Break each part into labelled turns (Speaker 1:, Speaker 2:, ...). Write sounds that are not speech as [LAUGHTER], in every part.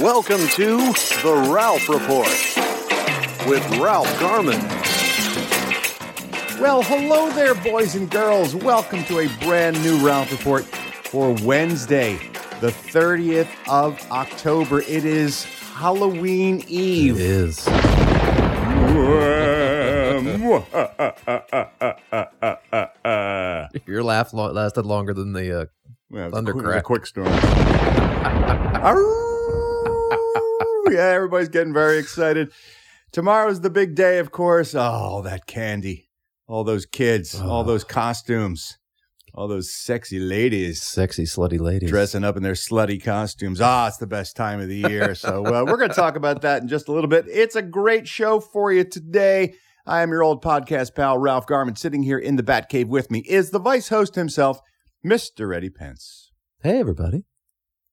Speaker 1: Welcome to The Ralph Report with Ralph Garman.
Speaker 2: Well, hello there, boys and girls. Welcome to a brand new Ralph Report for Wednesday, the 30th of October. It is Halloween Eve.
Speaker 3: is. [LAUGHS] Your laugh lo- lasted longer than the. Uh,
Speaker 4: Yeah,
Speaker 3: Thunder
Speaker 4: the quick,
Speaker 3: crack.
Speaker 4: The quick storm. Arrrrrrr. yeah, everybody's getting very excited. Tomorrow's the big day, of course. Oh, that candy. All those kids, all
Speaker 3: Ugh.
Speaker 4: those costumes, all those sexy ladies
Speaker 3: sexy, slutty ladies.
Speaker 4: dressing up in their slutty costumes. Ah, it's the best time of the year. So uh, we're going to talk about that in just a little bit. It's a great show for you today. I am your old podcast pal, Ralph Garman. Sitting here in the Batcave with me is the vice host himself, Mr. Eddie Pence.
Speaker 3: Hey, everybody.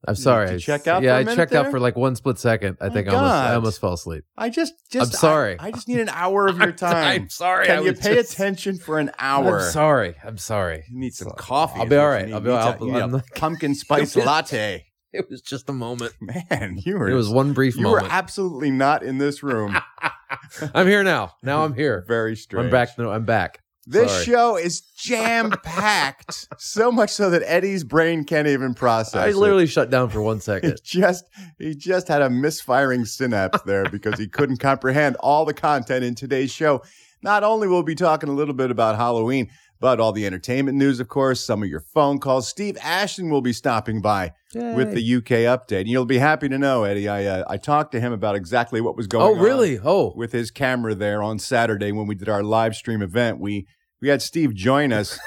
Speaker 3: I'm
Speaker 4: Did
Speaker 3: sorry.
Speaker 4: you
Speaker 3: I-
Speaker 4: check out for
Speaker 3: Yeah,
Speaker 4: a
Speaker 3: I
Speaker 4: minute
Speaker 3: checked
Speaker 4: there?
Speaker 3: out for like one split second. I
Speaker 4: My
Speaker 3: think I almost, I
Speaker 4: God.
Speaker 3: almost fell asleep.
Speaker 4: I just, just
Speaker 3: I'm sorry.
Speaker 4: I, I just need an hour of [LAUGHS] your time.
Speaker 3: [LAUGHS] I'm sorry. I
Speaker 4: Can you
Speaker 3: was
Speaker 4: pay
Speaker 3: just-
Speaker 4: attention for an hour?
Speaker 3: I'm sorry. I'm sorry.
Speaker 4: You need some coffee.
Speaker 3: I'll
Speaker 4: is
Speaker 3: be
Speaker 4: what
Speaker 3: all
Speaker 4: you
Speaker 3: right.
Speaker 4: need.
Speaker 3: I'll be-
Speaker 4: You need
Speaker 3: I'll-
Speaker 4: to- you need
Speaker 3: I'm
Speaker 4: a
Speaker 3: not-
Speaker 4: pumpkin spice latte.
Speaker 3: [LAUGHS] It was just a moment.
Speaker 4: Man, you were
Speaker 3: It was one brief
Speaker 4: you
Speaker 3: moment.
Speaker 4: were absolutely not in this room.
Speaker 3: I'm here now. [LAUGHS] Now I'm here.
Speaker 4: Very strange.
Speaker 3: I'm back. No, I'm back.
Speaker 4: This
Speaker 3: Sorry.
Speaker 4: show is jam packed, so much so that Eddie's brain can't even process.
Speaker 3: I
Speaker 4: it.
Speaker 3: literally shut down for one
Speaker 4: He
Speaker 3: second.
Speaker 4: just he just had a misfiring synapse there because he
Speaker 3: [LAUGHS]
Speaker 4: couldn't comprehend all the content in today's show. Not only will we be talking a little bit about Halloween, but all the entertainment news, of course, some of your phone calls. Steve Ashton will be stopping by [LAUGHS] with the UK update. And you'll be happy to know, Eddie, I uh, I talked to him about exactly what was going
Speaker 3: Oh,
Speaker 4: on
Speaker 3: really? Oh,
Speaker 4: with his camera there on Saturday when we did our live stream event. We we had Steve join us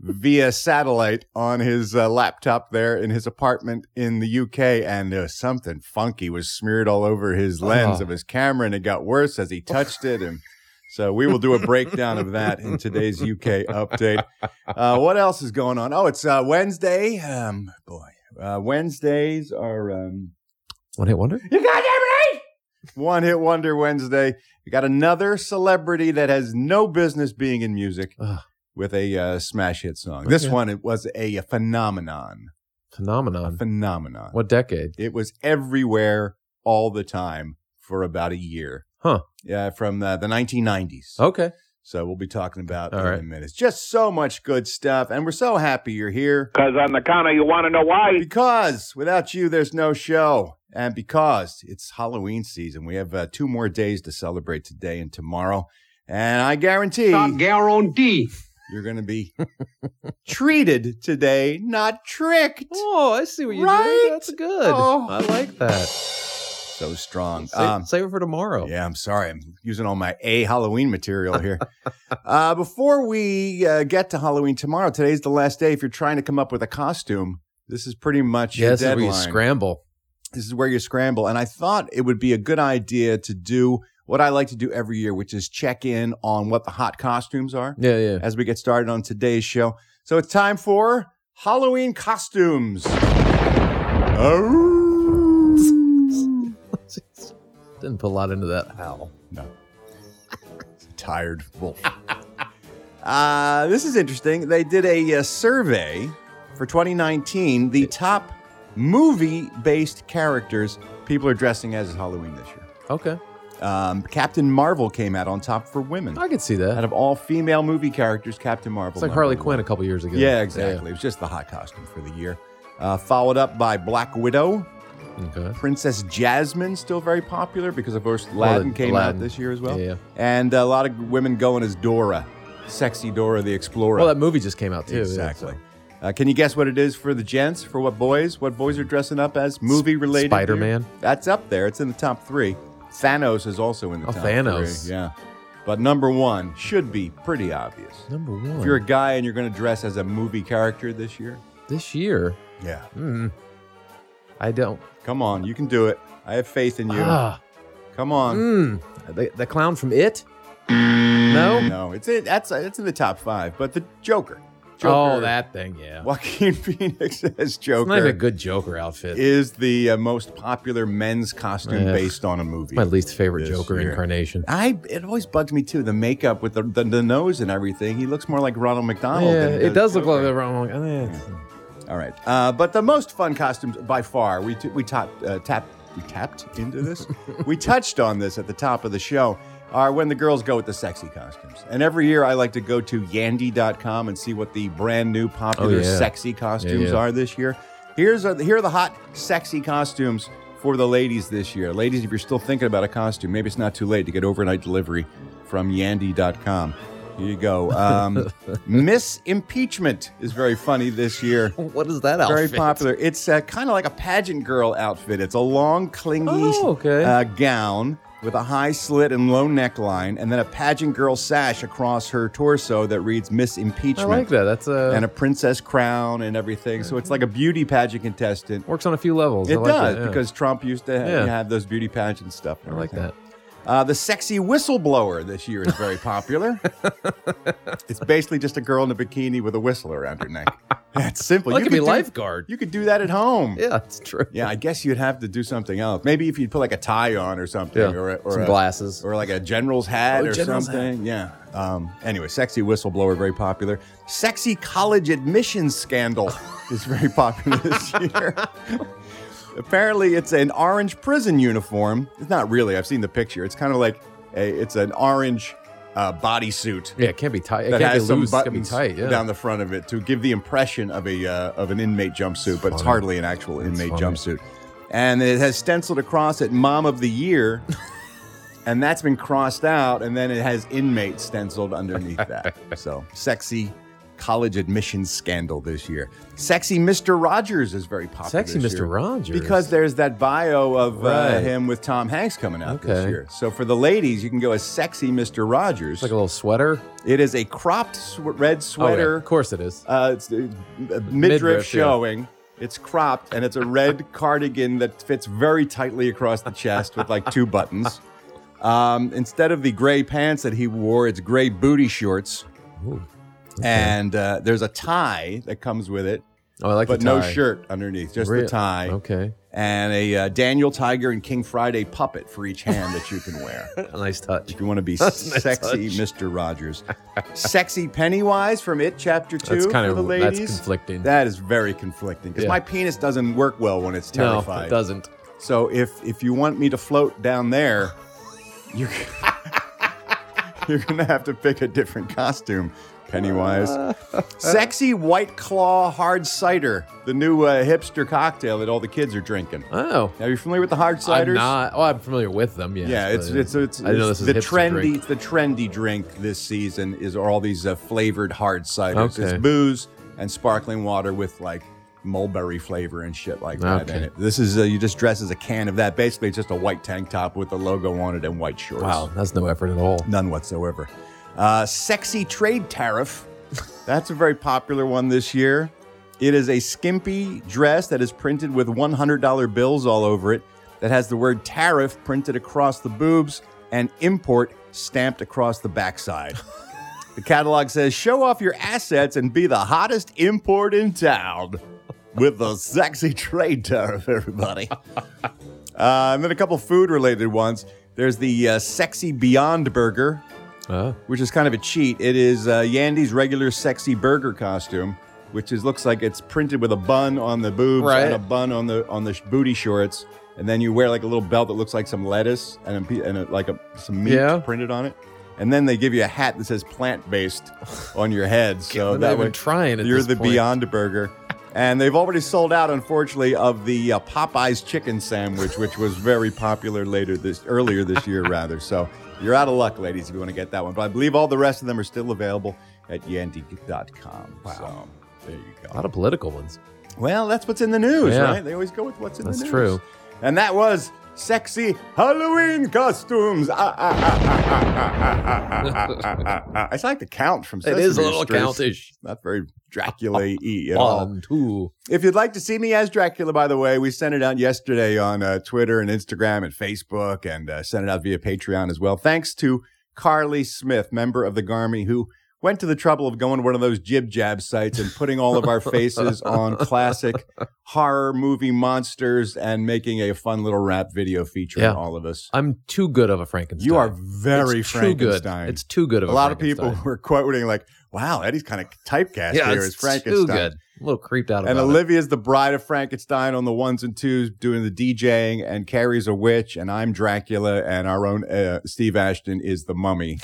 Speaker 4: via satellite on his uh, laptop there in his apartment in the UK, and there was something funky was smeared all over his lens
Speaker 3: Oh.
Speaker 4: of his camera, and it got worse as he touched it. And so we will do a breakdown of that in today's UK update. Uh, what else is going on? Oh, it's uh, Wednesday. Um, boy, uh, Wednesdays are. Um,
Speaker 3: one hit wonder.
Speaker 4: you goddamn right! One Hit Wonder Wednesday. We got another celebrity that has no business being in music
Speaker 3: Ugh.
Speaker 4: with a uh, smash hit song. This
Speaker 3: Okay.
Speaker 4: one, it was a phenomenon.
Speaker 3: Phenomenon.
Speaker 4: Phenomenon.
Speaker 3: What decade?
Speaker 4: It was everywhere all the time for about a year.
Speaker 3: Huh.
Speaker 4: Yeah, from the, the 1990s.
Speaker 3: Okay.
Speaker 4: So we'll be talking about
Speaker 3: All
Speaker 4: in a
Speaker 3: right.
Speaker 4: minute. Just so much good stuff. And we're so happy you're here.
Speaker 5: Because on the counter, you want to know why?
Speaker 4: Because without you, there's no show. And because it's Halloween season, we have uh, two more days to celebrate today and tomorrow. And I guarantee
Speaker 5: guarantee.
Speaker 4: you're going to be [LAUGHS] treated today, not tricked.
Speaker 3: Oh, I see what you
Speaker 4: Right?
Speaker 3: did. That's good.
Speaker 4: Oh.
Speaker 3: I like that.
Speaker 4: So strong. Um,
Speaker 3: Save, save it for tomorrow.
Speaker 4: Yeah, I'm sorry. I'm using all my A Halloween material here. [LAUGHS] uh, before we uh, get to Halloween tomorrow, today's the last day. If you're trying to come up with a costume, this is pretty much
Speaker 3: Yeah,
Speaker 4: your
Speaker 3: this is where
Speaker 4: deadline.
Speaker 3: you scramble.
Speaker 4: this is where you scramble. And I thought it would be a good idea to do what I like to do every year, which is check in on what the hot costumes are
Speaker 3: Yeah, yeah. [LAUGHS]
Speaker 4: as we get started on today's show. So it's time for Halloween costumes. Oh,
Speaker 3: Didn't put a lot into that howl.
Speaker 4: tired wolf. [LAUGHS] Uh, this is interesting. They did a, uh survey for 2019, the top movie based characters people are dressing as at Halloween this year.
Speaker 3: Okay.
Speaker 4: Um, Captain Marvel came out on top for women.
Speaker 3: I could see
Speaker 4: Out
Speaker 3: that.
Speaker 4: of all female movie characters, Captain Marvel.
Speaker 3: It's like
Speaker 4: number
Speaker 3: Harley
Speaker 4: one.
Speaker 3: Quinn a couple years ago.
Speaker 4: Yeah, exactly. It was just the hot costume for the year. Uh, followed up by Black Widow,
Speaker 3: yeah. Okay.
Speaker 4: Princess Jasmine, still very popular because of course Aladdin
Speaker 3: the-
Speaker 4: came
Speaker 3: Aladdin.
Speaker 4: out this year as well,
Speaker 3: Yeah, yeah.
Speaker 4: and a lot of women going as Dora, sexy Dora the Explorer.
Speaker 3: Well, that movie just came out too. yeah,
Speaker 4: exactly.
Speaker 3: so.
Speaker 4: Uh, can you guess what it is for the gents? For what boys? What boys are dressing up as? Movie related? here?
Speaker 3: Spider-Man?
Speaker 4: That's up there. It's in the top three. Thanos is also in the
Speaker 3: Oh,
Speaker 4: top
Speaker 3: Thanos.
Speaker 4: three. Yeah. But number one should be pretty obvious.
Speaker 3: Number one.
Speaker 4: If you're a guy and you're going to dress as a movie character this year,
Speaker 3: this year.
Speaker 4: yeah,
Speaker 3: Hmm. I don't.
Speaker 4: come on, you can do it. I have faith in you.
Speaker 3: Ah,
Speaker 4: Come on.
Speaker 3: The, the clown from It? No? Oh,
Speaker 4: No, it's in, that's it's in the top five, but the Joker. Joker
Speaker 3: Oh, that thing, yeah.
Speaker 4: Joaquin [LAUGHS] Phoenix as
Speaker 3: It's not even a
Speaker 4: Joker
Speaker 3: good Joker outfit.
Speaker 4: is the uh, most popular men's costume
Speaker 3: Ugh.
Speaker 4: based on a movie.
Speaker 3: My least favorite
Speaker 4: This
Speaker 3: Joker
Speaker 4: year.
Speaker 3: incarnation.
Speaker 4: I it always bugs me too the makeup with the, the, the nose and everything. He looks more like Ronald McDonald.
Speaker 3: Yeah,
Speaker 4: than he
Speaker 3: it does look
Speaker 4: Oh, Joker.
Speaker 3: like the wrong. eh, it's-
Speaker 4: All right, uh, but the most fun costumes by far. We t- we tapped uh, tapped we tapped into
Speaker 3: [LAUGHS]
Speaker 4: this. we touched on this at the top of the show. Are when the girls go with the sexy costumes. And every year I like to go to yandy.com and see what the brand new popular
Speaker 3: Oh, yeah.
Speaker 4: sexy costumes
Speaker 3: yeah.
Speaker 4: are this year. Here's are, here are the hot sexy costumes for the ladies this year. Ladies, if you're still thinking about a costume, maybe it's not too late to get overnight delivery from yandy.com. Here you go.
Speaker 3: [LAUGHS]
Speaker 4: Um, Miss Impeachment is very funny this year
Speaker 3: [LAUGHS] What is that outfit?
Speaker 4: very popular. It's uh, kind of like a pageant girl outfit. It's a long, clingy
Speaker 3: Oh, okay.
Speaker 4: uh, gown with a high slit and low neckline, and then a pageant girl sash across her torso that reads Miss
Speaker 3: I
Speaker 4: Impeachment.
Speaker 3: like that. That's uh, a,
Speaker 4: And a princess crown and everything. So it's like a beauty pageant contestant.
Speaker 3: works on a few levels. I
Speaker 4: It
Speaker 3: like
Speaker 4: does,
Speaker 3: that, yeah.
Speaker 4: because Trump used to ha-
Speaker 3: Yeah.
Speaker 4: have those beauty pageant stuff.
Speaker 3: I
Speaker 4: [LAUGHS]
Speaker 3: like that.
Speaker 4: Uh, the sexy whistleblower this year is very
Speaker 3: [LAUGHS]
Speaker 4: popular. it's basically just a girl in a bikini with a whistle around her neck. That's simple.
Speaker 3: Well, it could be
Speaker 4: do-
Speaker 3: lifeguard.
Speaker 4: You could do that at home.
Speaker 3: Yeah, it's true.
Speaker 4: Yeah, I guess you'd have to do something else. Maybe if you'd put like a tie on or something,
Speaker 3: Yeah,
Speaker 4: or, a- or
Speaker 3: some
Speaker 4: a-
Speaker 3: glasses.
Speaker 4: or like a general's hat
Speaker 3: Oh,
Speaker 4: or
Speaker 3: general's
Speaker 4: something. Yeah. Um, anyway, sexy whistleblower, very popular. Sexy college admissions
Speaker 3: [LAUGHS]
Speaker 4: scandal is very popular this year. [LAUGHS] Apparently, it's an orange prison uniform. It's not really. I've seen the picture. It's kind of like a. It's an orange uh, bodysuit
Speaker 3: Yeah, it can't be tight. It
Speaker 4: that
Speaker 3: can't be
Speaker 4: has some
Speaker 3: loose. It can't be
Speaker 4: buttons
Speaker 3: tight. Yeah.
Speaker 4: down the front of it to give the impression of a uh, of an inmate jumpsuit, but it's
Speaker 3: funny.
Speaker 4: hardly an actual inmate
Speaker 3: funny.
Speaker 4: jumpsuit. And it has stenciled across it "Mom of the Year,"
Speaker 3: [LAUGHS]
Speaker 4: and that's been crossed out, and then it has "inmate" stenciled underneath
Speaker 3: [LAUGHS]
Speaker 4: that. So sexy. College admissions scandal this year. Sexy Mr. Rogers is very popular.
Speaker 3: Sexy
Speaker 4: this
Speaker 3: Mr.
Speaker 4: year
Speaker 3: Rogers.
Speaker 4: because there's that bio of uh,
Speaker 3: Right.
Speaker 4: him with Tom Hanks coming out this
Speaker 3: Okay.
Speaker 4: year. So for the ladies, you can go as sexy Mr. Rogers.
Speaker 3: it's like a little sweater.
Speaker 4: It is a cropped sw- red
Speaker 3: Oh, yeah,
Speaker 4: sweater.
Speaker 3: of course it is.
Speaker 4: uh, it's uh, midriff,
Speaker 3: Midriff, yeah.
Speaker 4: showing. It's cropped and it's a red
Speaker 3: [LAUGHS]
Speaker 4: cardigan that fits very tightly across the chest with like two buttons. Um, instead of the gray pants that he wore, it's gray booty shorts. And uh, there's a tie that comes with it,
Speaker 3: Oh, I like
Speaker 4: but
Speaker 3: the
Speaker 4: no
Speaker 3: tie.
Speaker 4: shirt underneath, just
Speaker 3: Real-
Speaker 4: the tie.
Speaker 3: Okay.
Speaker 4: And a uh, Daniel Tiger and King Friday puppet for each hand that you can wear.
Speaker 3: A nice touch.
Speaker 4: If you want to be
Speaker 3: [LAUGHS] That's a nice
Speaker 4: sexy,
Speaker 3: touch.
Speaker 4: Mr. Rogers, sexy Pennywise from It Chapter Two
Speaker 3: That's
Speaker 4: for
Speaker 3: kind
Speaker 4: the
Speaker 3: of that's
Speaker 4: ladies.
Speaker 3: conflicting.
Speaker 4: That is very conflicting because
Speaker 3: Yeah.
Speaker 4: my penis doesn't work well when it's
Speaker 3: no,
Speaker 4: terrified.
Speaker 3: it doesn't.
Speaker 4: So if if you want me to float down there, you [LAUGHS] you're gonna have to pick a different costume.
Speaker 3: [LAUGHS]
Speaker 4: Pennywise, sexy White Claw hard cider, the new uh, hipster cocktail that all the kids are drinking.
Speaker 3: Oh,
Speaker 4: Now you familiar with the hard ciders?
Speaker 3: I'm not. Oh, I'm familiar with them. Yeah.
Speaker 4: Yeah, it's it's it's,
Speaker 3: I didn't know
Speaker 4: it's
Speaker 3: this was
Speaker 4: the
Speaker 3: hipster
Speaker 4: trendy
Speaker 3: drink.
Speaker 4: the trendy drink this season is all these uh, flavored hard ciders.
Speaker 3: Okay.
Speaker 4: It's booze and sparkling water with like mulberry flavor and shit like that in
Speaker 3: Okay.
Speaker 4: it. This is uh, you just dress as a can of that. Basically, it's just a white tank top with the logo on it and white shorts.
Speaker 3: Wow, that's no effort at all.
Speaker 4: none whatsoever. Uh, sexy trade tariff. That's a very popular one this year. It is a skimpy dress that is printed with $100 bills all over it that has the word tariff printed across the boobs and import stamped across the backside. the catalog says show off your assets and be the hottest import in town with the sexy trade tariff, everybody. Uh, and then a couple food related ones. There's the uh, Sexy Beyond Burger,
Speaker 3: Uh,
Speaker 4: which is kind of a cheat. It is uh, Yandy's regular sexy burger costume, which is looks like it's printed with a bun on the boobs
Speaker 3: Right.
Speaker 4: and a bun on the on the sh- booty shorts, and then you wear like a little belt that looks like some lettuce and a, pe- and a, like a, some meat
Speaker 3: Yeah.
Speaker 4: printed on it. And then they give you a hat that says plant based on your head. So
Speaker 3: I'm not
Speaker 4: that
Speaker 3: even
Speaker 4: way,
Speaker 3: trying at
Speaker 4: you're
Speaker 3: this
Speaker 4: the
Speaker 3: point.
Speaker 4: Beyond Burger. And they've already sold out, unfortunately, of the uh, Popeyes chicken sandwich, which was very popular later this earlier this
Speaker 3: [LAUGHS]
Speaker 4: year, rather. So you're out of luck, ladies, if you want to get that one. But I believe all the rest of them are still available at yandy.com. Wow. So there you
Speaker 3: a
Speaker 4: go.
Speaker 3: lot of political ones.
Speaker 4: Well, that's what's in the news,
Speaker 3: Yeah.
Speaker 4: right? They always go with what's in
Speaker 3: That's
Speaker 4: the news.
Speaker 3: true.
Speaker 4: And that was sexy Halloween costumes. Ah, ah, ah, ah, ah, ah, ah, ah, ah,
Speaker 3: [LAUGHS]
Speaker 4: ah, ah. It's like the count from
Speaker 3: It
Speaker 4: Sesame
Speaker 3: is a little
Speaker 4: Street.
Speaker 3: countish.
Speaker 4: Not very
Speaker 3: [LAUGHS]
Speaker 4: Dracula y at all.
Speaker 3: One, two.
Speaker 4: If you'd like to see me as Dracula, by the way, we sent it out yesterday on uh, Twitter and Instagram and Facebook and uh, sent it out via Patreon as well. Thanks to Carly Smith, member of the Garmy, who went to the trouble of going to one of those jib jab sites and putting all of our faces
Speaker 3: [LAUGHS]
Speaker 4: on classic horror movie monsters and making a fun little rap video featuring
Speaker 3: Yeah.
Speaker 4: all of us.
Speaker 3: I'm too good of a Frankenstein.
Speaker 4: You are very
Speaker 3: it's Too
Speaker 4: Frankenstein.
Speaker 3: good. It's too good of
Speaker 4: a
Speaker 3: a,
Speaker 4: lot of
Speaker 3: Frankenstein.
Speaker 4: people were quoting like, "Wow, Eddie's kind of typecast
Speaker 3: Yeah,
Speaker 4: here
Speaker 3: it's
Speaker 4: as Frankenstein."
Speaker 3: too good. I'm a little creeped out about
Speaker 4: And
Speaker 3: it.
Speaker 4: Olivia's the bride of Frankenstein on the ones and twos, doing the DJing, and Carrie's a witch, and I'm Dracula, and our own uh, Steve Ashton is the mummy.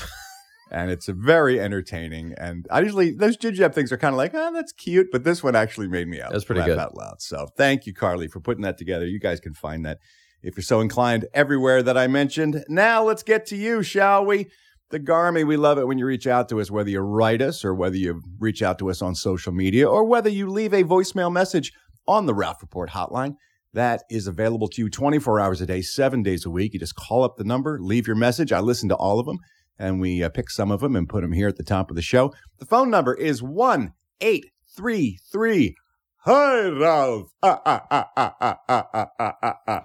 Speaker 4: and it's a very entertaining. And I usually, those jib-jab things are kind of like, oh, that's cute, but this one actually made me out,
Speaker 3: That's pretty
Speaker 4: laugh
Speaker 3: good.
Speaker 4: out loud. So thank you, Carly, for putting that together. You guys can find that if you're so inclined everywhere that I mentioned. Now let's get to you, shall we? The Garmy, we love it when you reach out to us, whether you write us or whether you reach out to us on social media or whether you leave a voicemail message on the Ralph Report hotline. That is available to you 24 hours a day, seven days a week. You just call up the number, leave your message. I listen to all of them and we uh, pick some of them and put them here at the top of the show. The phone number is 1 833 Hi, Ralph. Ah, ah, ah, ah, ah, ah, ah, ah, ah, ah.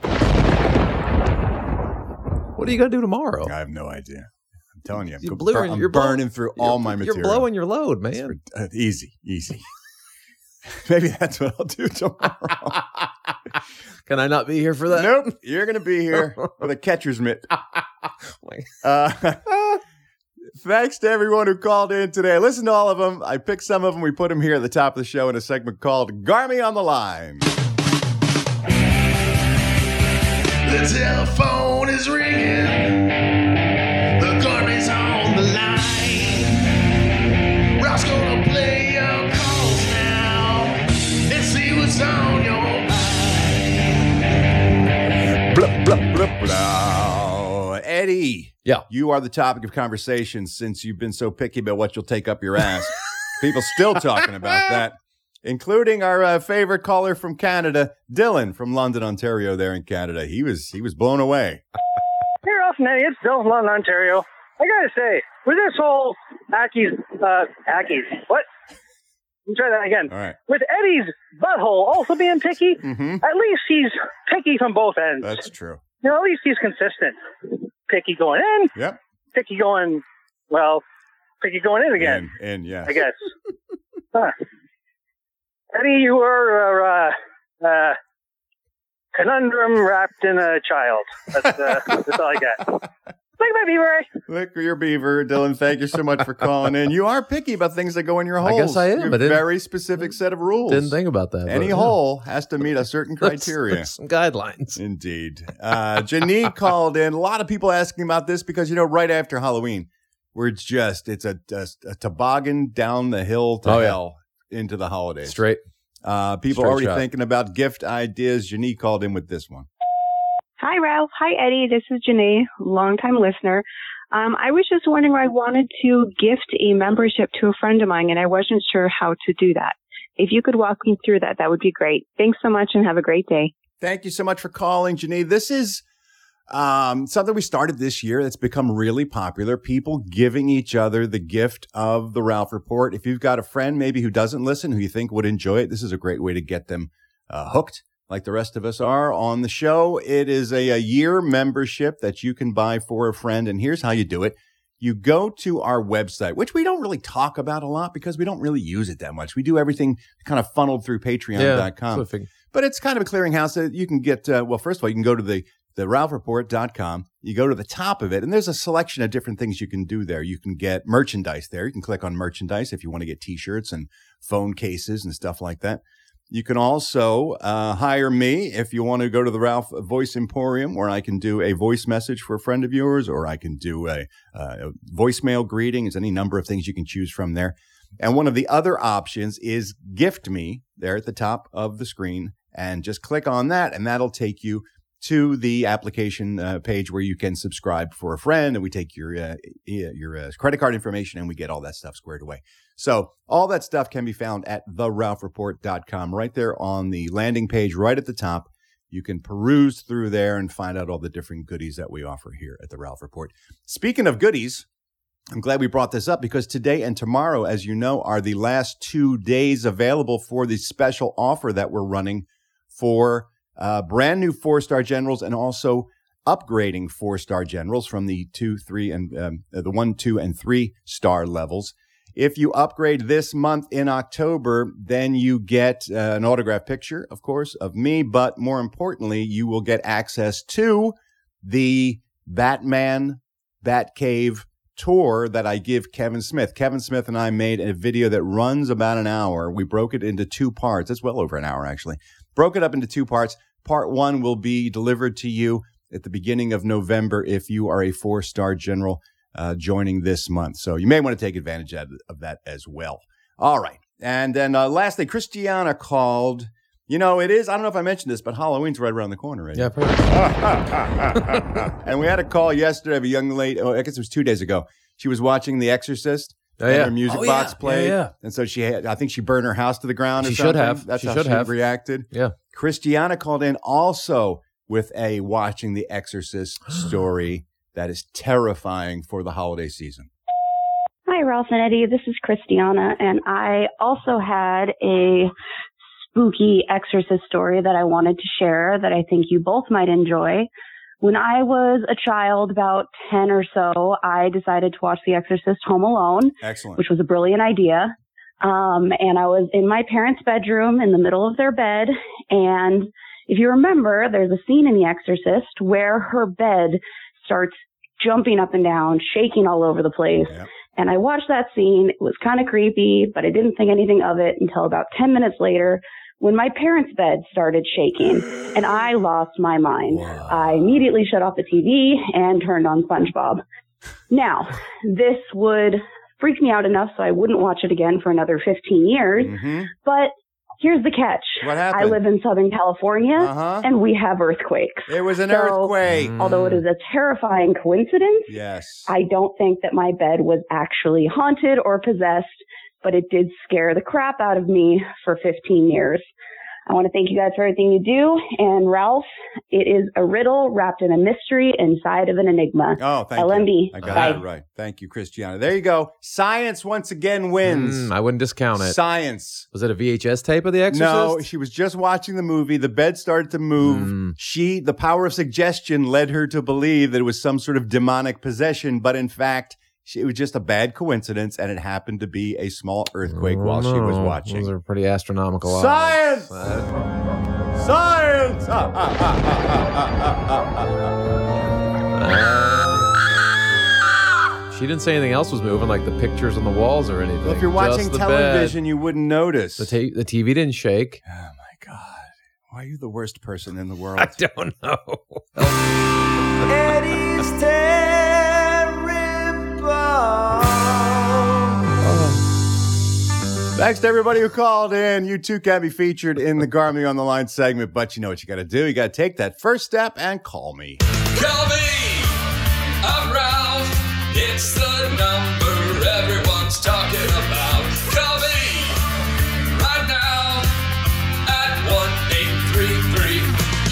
Speaker 3: what are you going to do tomorrow?
Speaker 4: I have no idea. I'm telling you, I'm, go-
Speaker 3: You're blowing-
Speaker 4: I'm
Speaker 3: you're blow-
Speaker 4: burning through all my material.
Speaker 3: You're blowing your load,
Speaker 4: It's
Speaker 3: man.
Speaker 4: rid- uh, [LAUGHS] easy, easy. Maybe that's what I'll do tomorrow.
Speaker 3: [LAUGHS] Can I not be here for that?
Speaker 4: nope, you're going to be here with a catcher's mitt. Uh, [LAUGHS] thanks to everyone who called in today. Listen to all of them. I picked some of them. We put them here at the top of the show in a segment called Garmy on the Line.
Speaker 6: The telephone is ringing. The garbage on the line. Ralph's gonna play your calls now and see what's on your mind.
Speaker 4: Blah, blah, blah, blah. Eddie.
Speaker 3: Yeah.
Speaker 4: You are the topic of conversation since you've been so picky about what you'll take up your ass. People still talking about that, including our uh, favorite caller from Canada, Dylan from London, Ontario. There in Canada, he was he was blown away.
Speaker 7: Here off now, it's Delft, London, Ontario. I gotta say, with this whole Aki's, uh, Aki's, what? Let me try that again.
Speaker 4: All right.
Speaker 7: With Eddie's butthole also being picky,
Speaker 4: Mm-hmm.
Speaker 7: at least he's picky from both ends.
Speaker 4: That's true.
Speaker 7: you know, at least he's consistent. Picky going in,
Speaker 4: Yep.
Speaker 7: picky going, well, picky going in again,
Speaker 4: And, and yeah.
Speaker 7: I guess. huh. Eddie, you are a uh, uh, conundrum wrapped in a child. That's, uh, that's all I got. Like my beaver.
Speaker 4: Lick your beaver, Dylan. Thank you so much for calling in. You are picky about things that go in your
Speaker 3: I
Speaker 4: holes.
Speaker 3: guess I am.
Speaker 4: You have
Speaker 3: I didn't-
Speaker 4: very specific set of rules.
Speaker 3: Didn't think about that.
Speaker 4: Any
Speaker 3: but, [LAUGHS] yeah.
Speaker 4: hole has to meet a certain
Speaker 3: That's-
Speaker 4: criteria.
Speaker 3: that's some guidelines.
Speaker 4: Indeed. Uh, Janine called in. A lot of people asking about this because, you know, right after Halloween, we're just, it's a, a, a toboggan down the hill to
Speaker 3: Oh, yeah.
Speaker 4: hell into the holidays.
Speaker 3: Straight.
Speaker 4: Uh, people
Speaker 3: Straight
Speaker 4: already
Speaker 3: shot.
Speaker 4: thinking about gift ideas. Janine called in with this one.
Speaker 8: Hi, Ralph. Hi, Eddie. This is Janae, longtime listener. Um, I was just wondering, I wanted to gift a membership to a friend of mine, and I wasn't sure how to do that. If you could walk me through that, that would be great. Thanks so much and have a great day.
Speaker 4: Thank you so much for calling, Janine. This is um, something we started this year that's become really popular. People giving each other the gift of the Ralph Report. If you've got a friend maybe who doesn't listen, who you think would enjoy it, this is a great way to get them uh, hooked, like the rest of us are on the show. It is a, a year membership that you can buy for a friend. And here's how you do it. You go to our website, which we don't really talk about a lot because we don't really use it that much. We do everything kind of funneled through patreon.com
Speaker 3: so I figured-
Speaker 4: but it's kind of a clearinghouse that you can get. Uh, well, first of all, you can go to the the ralphreport.com. You go to the top of it, and there's a selection of different things you can do there. You can get merchandise there. You can click on merchandise if you want to get T-shirts and phone cases and stuff like that. You can also uh, hire me if you want to go to the Ralph Voice Emporium, where I can do a voice message for a friend of yours, or I can do a, uh, a voicemail greeting. There's any number of things you can choose from there. And one of the other options is Gift Me there at the top of the screen. And just click on that, and that'll take you to the application uh, page where you can subscribe for a friend. And we take your uh, e- your uh, credit card information and we get all that stuff squared away. So all that stuff can be found at theralphreport.com right there on the landing page, right at the top. You can peruse through there and find out all the different goodies that we offer here at the Ralph Report. Speaking of goodies, I'm glad we brought this up because today and tomorrow, as you know, are the last two days available for the special offer that we're running for uh, brand new four star generals and also upgrading four star generals from the two, three, and um, the one, two, and three star levels. If you upgrade this month in October, then you get uh, an autograph picture, of course, of me, but more importantly, you will get access to the Batman Batcave tour that I give Kevin Smith. Kevin Smith and I made a video that runs about an hour. We broke it into two parts. It's well over an hour, actually. Broke it up into two parts. Part one will be delivered to you at the beginning of November if you are a four star general uh, joining this month. So you may want to take advantage of, of that as well. All right. And then uh, lastly, Christiana called. You know, it is, I don't know if I mentioned this, but Halloween's right around the corner. Right?
Speaker 3: Yeah, perfect.
Speaker 4: and we had a call yesterday of a young lady. Oh, I guess it was two days ago. She was watching The Exorcist.
Speaker 3: Oh,
Speaker 4: and
Speaker 3: yeah.
Speaker 4: Her music
Speaker 3: Oh,
Speaker 4: box
Speaker 3: yeah.
Speaker 4: played,
Speaker 3: Yeah, yeah.
Speaker 4: and so she had. I think she burned her house to the ground. Or
Speaker 3: She should
Speaker 4: something.
Speaker 3: have.
Speaker 4: That's
Speaker 3: She
Speaker 4: how
Speaker 3: should
Speaker 4: she
Speaker 3: have.
Speaker 4: reacted.
Speaker 3: Yeah.
Speaker 4: Christiana called in also with a watching The
Speaker 3: [GASPS]
Speaker 4: Exorcist story that is terrifying for the holiday season.
Speaker 9: Hi, Ralph and Eddie. This is Christiana, and I also had a spooky exorcist story that I wanted to share that I think you both might enjoy. When I was a child, about 10 or so, I decided to watch The Exorcist Home Alone
Speaker 4: Excellent.
Speaker 9: which was a brilliant idea. Um, and I was in my parents' bedroom in the middle of their bed. And if you remember, there's a scene in The Exorcist where her bed starts jumping up and down, shaking all over the place.
Speaker 4: Yep.
Speaker 9: And I watched that scene. It was kind of creepy, but I didn't think anything of it until about 10 minutes later when my parents' bed started shaking
Speaker 4: [GASPS]
Speaker 9: and I lost my mind. I immediately shut off the TV and turned on SpongeBob. Now, this would freak me out enough so I wouldn't watch it again for another 15 years.
Speaker 4: hmm
Speaker 9: But here's the catch
Speaker 4: What
Speaker 9: I
Speaker 4: happened?
Speaker 9: live in Southern California
Speaker 4: Uh-huh.
Speaker 9: and we have earthquakes.
Speaker 4: it was an
Speaker 9: So-
Speaker 4: earthquake.
Speaker 3: Mm.
Speaker 9: Although it is a terrifying coincidence,
Speaker 4: Yes.
Speaker 9: I don't think that my bed was actually haunted or possessed, but it did scare the crap out of me for 15 years. I want to thank you guys for everything you do. And Ralph, it is a riddle wrapped in a mystery inside of an enigma.
Speaker 4: Oh, thank you.
Speaker 9: LMB.
Speaker 4: I got
Speaker 9: Bye.
Speaker 4: it right. Thank you, Christiana. There you go. Science once again wins.
Speaker 3: Mm, I wouldn't discount it.
Speaker 4: Science.
Speaker 3: Was it a VHS tape of The Exorcist?
Speaker 4: No, she was just watching the movie. The bed started to move.
Speaker 3: Mm.
Speaker 4: She, the power of suggestion led her to believe that it was some sort of demonic possession, but in fact, she, it was just a bad coincidence, and it happened to be a small earthquake
Speaker 3: Oh,
Speaker 4: while she was
Speaker 3: no.
Speaker 4: watching.
Speaker 3: Those are pretty astronomical. odds.
Speaker 4: Science!
Speaker 3: Uh,
Speaker 4: Science! [LAUGHS] Ah, ah, ah, ah, ah, ah, ah, ah,
Speaker 3: she didn't say anything else was moving, like the pictures on the walls or anything.
Speaker 4: ah. If you're watching
Speaker 3: Just the
Speaker 4: television, you wouldn't notice.
Speaker 3: bed. the, ta- the TV didn't shake.
Speaker 4: oh my god! Why are you the worst person
Speaker 3: [LAUGHS]
Speaker 4: in the world?
Speaker 3: I don't know.
Speaker 4: Thanks to everybody who called in. You too can be featured in the Garmy on the Line segment, but you know what you got to do. You got to take that first step and call me.
Speaker 10: Call me, I'm Ralph. It's the number everyone's talking about. Call me right now at 1 833.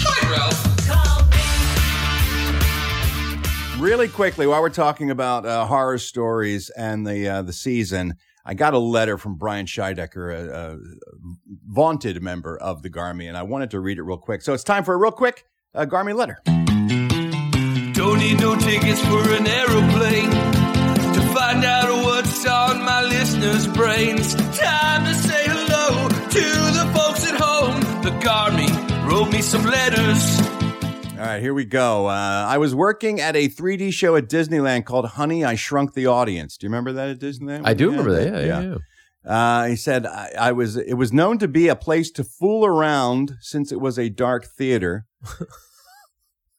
Speaker 10: Hi, Ralph.
Speaker 4: Really quickly, while we're talking about uh, horror stories and the uh, the season, I got a letter from Brian Scheidecker, a, a vaunted member of the Garmy, and I wanted to read it real quick. So it's time for a real quick uh, Garmy letter.
Speaker 10: Don't need no tickets for an aeroplane to find out what's on my listeners' brains. Time to say hello to the folks at home. The Garmy wrote me some letters.
Speaker 4: All right, here we go. Uh, I was working at a 3D show at Disneyland called Honey, I Shrunk the Audience. Do you remember that at Disneyland?
Speaker 3: I do
Speaker 4: Yeah,
Speaker 3: remember that. Yeah, yeah. yeah.
Speaker 4: Uh, he said, I, I was, it was known to be a place to fool around since it was a dark
Speaker 3: [LAUGHS]
Speaker 4: theater.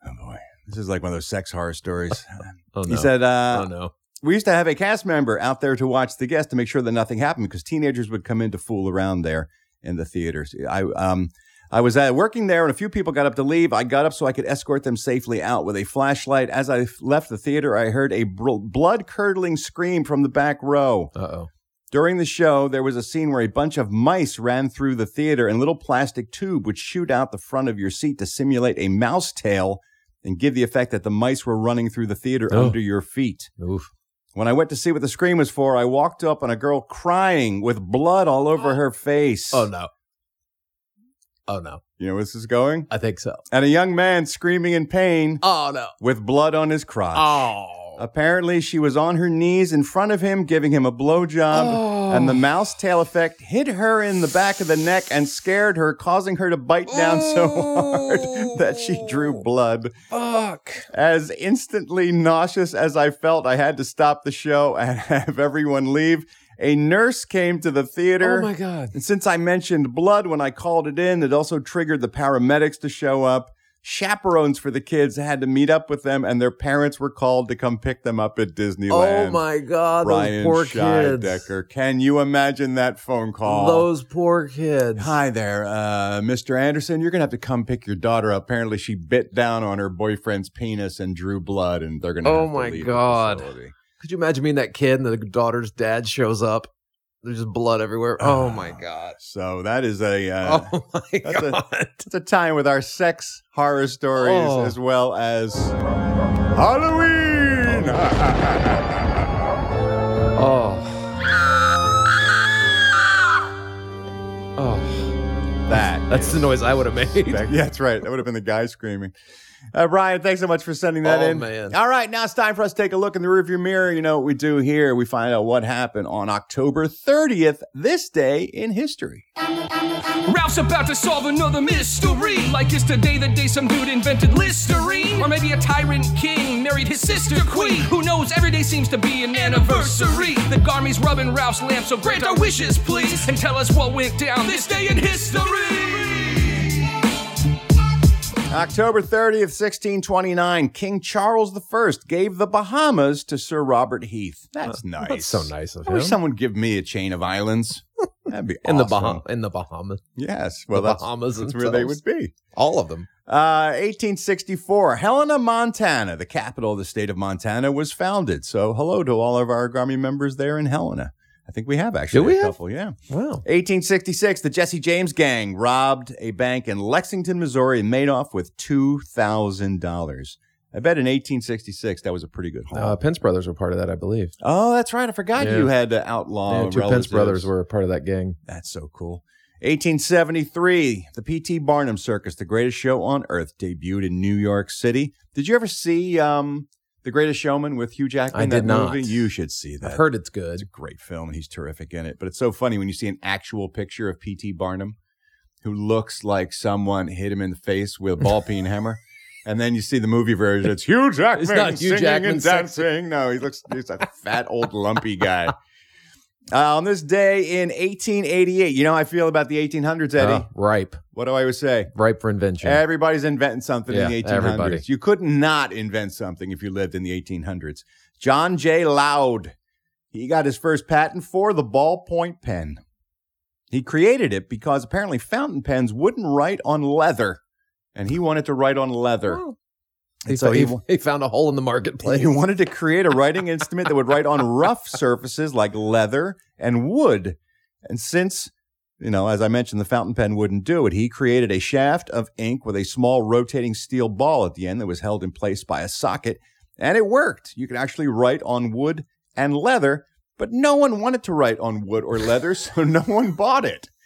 Speaker 4: oh boy. This is like one of those sex horror stories.
Speaker 3: [LAUGHS] Oh, no.
Speaker 4: He said, uh,
Speaker 3: oh, no.
Speaker 4: we used to have a cast member out there to watch the guests to make sure that nothing happened because teenagers would come in to fool around there in the theaters. I um I was uh, working there and a few people got up to leave. I got up so I could escort them safely out with a flashlight. As I f- left the theater, I heard a bl- blood curdling scream from the back row.
Speaker 3: Uh oh.
Speaker 4: During the show, there was a scene where a bunch of mice ran through the theater and little plastic tube would shoot out the front of your seat to simulate a mouse tail and give the effect that the mice were running through the theater
Speaker 3: Oh.
Speaker 4: under your feet. When I went to see what the scream was for, I walked up on a girl crying with blood all over her face.
Speaker 3: Oh no. Oh no.
Speaker 4: You know where this is going?
Speaker 3: I think so.
Speaker 4: And a young man screaming in pain
Speaker 3: Oh no.
Speaker 4: with blood on his crotch.
Speaker 3: Oh.
Speaker 4: Apparently, she was on her knees in front of him, giving him a blowjob, um,
Speaker 3: Oh.
Speaker 4: and the mouse tail effect hit her in the back of the neck and scared her, causing her to bite down so hard [LAUGHS] that she drew
Speaker 3: Oh.
Speaker 4: blood.
Speaker 3: Fuck. Oh,
Speaker 4: As instantly nauseous as I felt, I had to stop the show [LAUGHS] and have everyone leave. A nurse came to the theater.
Speaker 3: Oh my god.
Speaker 4: And since I mentioned blood when I called it in, it also triggered the paramedics to show up. Chaperones for the kids had to meet up with them, and their parents were called to come pick them up at Disneyland.
Speaker 3: Oh my god.
Speaker 4: Brian
Speaker 3: those poor kids.
Speaker 4: Scheidecker. Can you imagine that phone call?
Speaker 3: Those poor kids.
Speaker 4: Hi there, uh, Mr. Anderson. You're going to have to come pick your daughter up. Apparently, she bit down on her boyfriend's penis and drew blood, and they're going to
Speaker 3: Oh
Speaker 4: have to
Speaker 3: my
Speaker 4: leave the
Speaker 3: God.
Speaker 4: facility.
Speaker 3: Could you imagine being that kid and the daughter's dad shows up? There's just blood everywhere. Oh my god.
Speaker 4: So that is a uh,
Speaker 3: [LAUGHS] oh my
Speaker 4: Ah, that's a-
Speaker 3: god.
Speaker 4: It's a time with our sex horror stories
Speaker 3: Oh.
Speaker 4: as well as Halloween.
Speaker 3: oh. Oh.
Speaker 4: that.
Speaker 3: That's the noise I would have made.
Speaker 4: Yeah, that's right. That would have been the guy screaming. Uh, Brian, thanks so much for sending that
Speaker 3: Oh,
Speaker 4: in.
Speaker 3: man.
Speaker 4: All right, now it's time for us to take a look in the rearview mirror. You know what we do here? We find out what happened on October 30th, this day in history.
Speaker 10: Ralph's about to solve another mystery. Like it's today the day some dude invented Listerine. Or maybe a tyrant king married his sister queen. Who knows, every day seems to be an anniversary. The Garmy's rubbing Ralph's lamp, so grant our wishes, please. And tell us what went down this day in history.
Speaker 4: October 30th, 1629, King Charles I gave the Bahamas to Sir Robert Heath. That's nice.
Speaker 3: [LAUGHS] That's so nice of
Speaker 4: I
Speaker 3: him.
Speaker 4: wish someone would give me a chain of
Speaker 3: [LAUGHS]
Speaker 4: islands. That'd be
Speaker 3: in the
Speaker 4: awesome.
Speaker 3: Baham in the Bahamas.
Speaker 4: Yes, well,
Speaker 3: The
Speaker 4: that's,
Speaker 3: Bahamas
Speaker 4: that's where they would
Speaker 3: themselves.
Speaker 4: be.
Speaker 3: All of them.
Speaker 4: Uh, 1864, Helena, Montana, the capital of the state of Montana, was founded. So, hello to all of our Grammy members there in Helena. I think we have actually
Speaker 3: Do we
Speaker 4: a
Speaker 3: have?
Speaker 4: couple, yeah.
Speaker 3: Wow.
Speaker 4: 1866, the Jesse James gang robbed a bank in Lexington, Missouri, and made off with two thousand dollars. I bet in 1866 that was a pretty good haul.
Speaker 3: Uh, Pence brothers were part of that, I believe.
Speaker 4: oh, that's right. I forgot
Speaker 3: Yeah.
Speaker 4: you had uh, outlaw.
Speaker 3: yeah, two
Speaker 4: relatives.
Speaker 3: Pence brothers were part of that gang.
Speaker 4: That's so cool. 1873, the P.T. Barnum Circus, the greatest show on earth, debuted in New York City. Did you ever see um, The Greatest Showman with Hugh Jackman?
Speaker 3: I
Speaker 4: that
Speaker 3: did not.
Speaker 4: Movie? You should see that.
Speaker 3: I've heard it's good.
Speaker 4: It's a great film, and he's terrific in it. But it's so funny when you see an actual picture of P.T. Barnum, who looks like someone hit him in the face with a ball peen hammer. [LAUGHS] And then you see the movie version. It's Hugh Jackman
Speaker 3: not Hugh
Speaker 4: singing
Speaker 3: Jackman
Speaker 4: and
Speaker 3: sexy.
Speaker 4: dancing. No, he looks he's a fat old lumpy guy. Uh, on this day in 1888, you know how I feel about the 1800s, Eddie.
Speaker 3: Uh, ripe.
Speaker 4: what do I always say?
Speaker 3: Ripe for invention.
Speaker 4: Everybody's inventing something in
Speaker 3: Yeah,
Speaker 4: the 1800s.
Speaker 3: everybody.
Speaker 4: You could not invent something if you lived in the 1800s. John J. Loud, he got his first patent for the ballpoint pen. He created it because apparently fountain pens wouldn't write on leather, and he wanted to write on leather.
Speaker 3: Wow. he,
Speaker 4: And so
Speaker 3: fo-
Speaker 4: he
Speaker 3: he,
Speaker 4: wa-
Speaker 3: he found a hole in the
Speaker 4: [LAUGHS]
Speaker 3: marketplace.
Speaker 4: He wanted to create a writing instrument that would write on rough surfaces like leather and wood. And since, you know, as I mentioned, the fountain pen wouldn't do it, he created a shaft of ink with a small rotating steel ball at the end that was held in place by a socket. And it worked. You could actually write on wood and leather, but no one wanted to write on wood or leather, [LAUGHS] so no one bought it. [LAUGHS]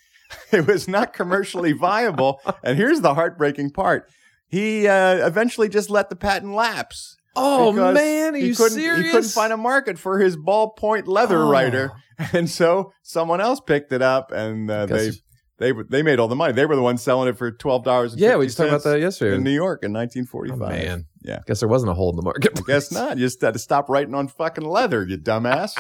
Speaker 4: It was not commercially viable. And here's the heartbreaking part. He uh, eventually just let the patent lapse
Speaker 3: oh
Speaker 4: because
Speaker 3: man, are
Speaker 4: he
Speaker 3: you
Speaker 4: couldn't,
Speaker 3: serious?
Speaker 4: He couldn't find a market for his ballpoint leather
Speaker 3: Oh.
Speaker 4: writer, [LAUGHS] and so someone else picked it up, and uh, they
Speaker 3: Because-
Speaker 4: they were- they made all the money. They were the ones selling it for twelve dollars.
Speaker 3: yeah, we just talked about that
Speaker 4: in
Speaker 3: yesterday.
Speaker 4: New York in
Speaker 3: Oh,
Speaker 4: 1945.
Speaker 3: man,
Speaker 4: Yeah.
Speaker 3: Guess there wasn't a hole in the marketplace.
Speaker 4: Guess not. You just had to stop writing on fucking leather, you dumbass.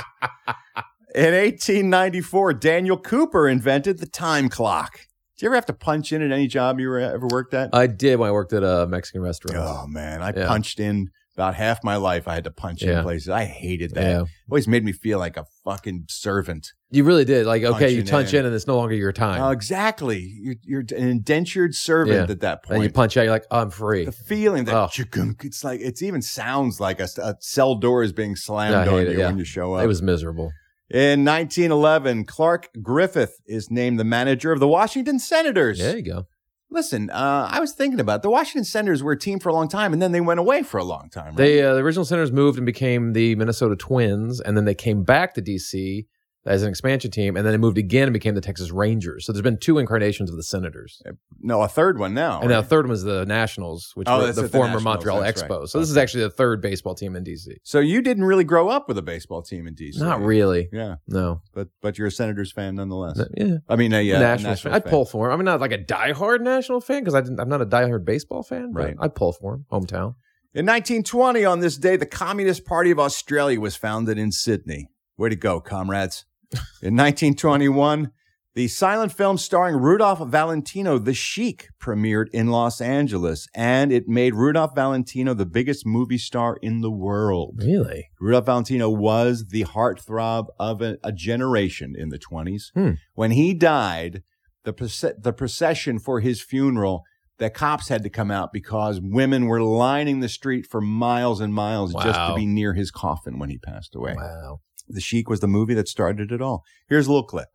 Speaker 4: in 1894, Daniel Cooper invented the time clock. Did you ever have to punch in at any job you were, ever worked at?
Speaker 3: [LAUGHS] I did when I worked at a Mexican restaurant.
Speaker 4: Oh man, I
Speaker 3: Uh, Yeah.
Speaker 4: punched in about half my life. I had to punch in
Speaker 3: Yeah.
Speaker 4: places. I hated that.
Speaker 3: yeah,
Speaker 4: always made me feel like a fucking servant.
Speaker 3: you really did. Like, okay, you
Speaker 4: Punching
Speaker 3: punch
Speaker 4: in.
Speaker 3: in. and it's no longer your time.
Speaker 4: Uh, exactly. You're, you're an indentured servant
Speaker 3: Yeah.
Speaker 4: at that
Speaker 3: and you
Speaker 4: point.
Speaker 3: punch out. You're like, I'm free.
Speaker 4: the feeling that
Speaker 3: Oh.
Speaker 4: chugunk, it's like it even sounds like a, s- a cell door is being slammed
Speaker 3: I
Speaker 4: on
Speaker 3: hate
Speaker 4: you
Speaker 3: it, yeah.
Speaker 4: when you show up.
Speaker 3: It was miserable.
Speaker 4: In 1911, Clark Griffith is named the manager of the Washington Senators.
Speaker 3: There you go.
Speaker 4: Listen, uh, I was thinking about it. the Washington Senators were a team for a long time, and then they went away for a long time. Right?
Speaker 3: They uh, the original Senators moved and became the Minnesota Twins, and then they came back to DC as an expansion team, and then they moved again and became the Texas Rangers. So there's been two incarnations of the Senators,
Speaker 4: no, a third one now.
Speaker 3: and
Speaker 4: right?
Speaker 3: now the third one was the Nationals, which
Speaker 4: Oh,
Speaker 3: were
Speaker 4: that's
Speaker 3: the
Speaker 4: it, the
Speaker 3: former
Speaker 4: Nationals,
Speaker 3: Montreal
Speaker 4: that's
Speaker 3: Expos.
Speaker 4: right.
Speaker 3: So this is actually the third baseball team in DC.
Speaker 4: so you didn't really grow up with a baseball team in DC.
Speaker 3: Not really.
Speaker 4: Yeah,
Speaker 3: No.
Speaker 4: but but you're a Senators fan nonetheless.
Speaker 3: Yeah.
Speaker 4: I mean, uh, yeah, a
Speaker 3: Nationals fan.
Speaker 4: Nationals
Speaker 3: I'd
Speaker 4: fan.
Speaker 3: pull for him. I'm not like a diehard national fan because I didn't. I'm not a diehard baseball fan. but
Speaker 4: Right.
Speaker 3: I'd pull for him. Hometown.
Speaker 4: In 1920, on this day, the Communist Party of Australia was founded in Sydney. Way to go, comrades. In 1921, the silent film starring Rudolph Valentino, The Sheik, premiered in Los Angeles, and it made Rudolph Valentino the biggest movie star in the world.
Speaker 3: Really?
Speaker 4: Rudolph Valentino was the heartthrob of a, a generation in the 20s.
Speaker 3: Hmm.
Speaker 4: When he died, the, proce- the procession for his funeral, the cops had to come out because women were lining the street for miles and miles just to
Speaker 3: Wow.
Speaker 4: be near his coffin when he passed away.
Speaker 3: Wow.
Speaker 4: The Sheik was the movie that started it all. Here's a little clip.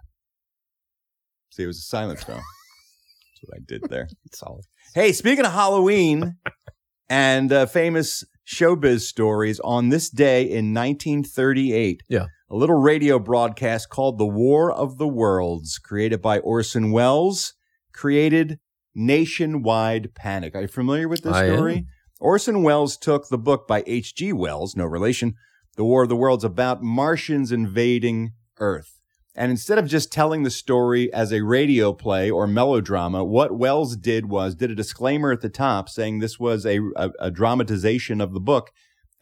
Speaker 4: See, it was a silent film. That's what I did
Speaker 3: [LAUGHS]
Speaker 4: there.
Speaker 3: Solid.
Speaker 4: Hey, speaking of Halloween and uh, famous showbiz stories, on this day in 1938,
Speaker 3: Yeah.
Speaker 4: a little radio broadcast called The War of the Worlds, created by Orson Welles, created nationwide panic. Are you familiar with this
Speaker 3: I am.
Speaker 4: story? Orson Welles took the book by H.G. Wells, no relation, The War of the Worlds, about Martians invading Earth. And instead of just telling the story as a radio play or melodrama, what Wells did was did a disclaimer at the top saying this was a, a, a dramatization of the book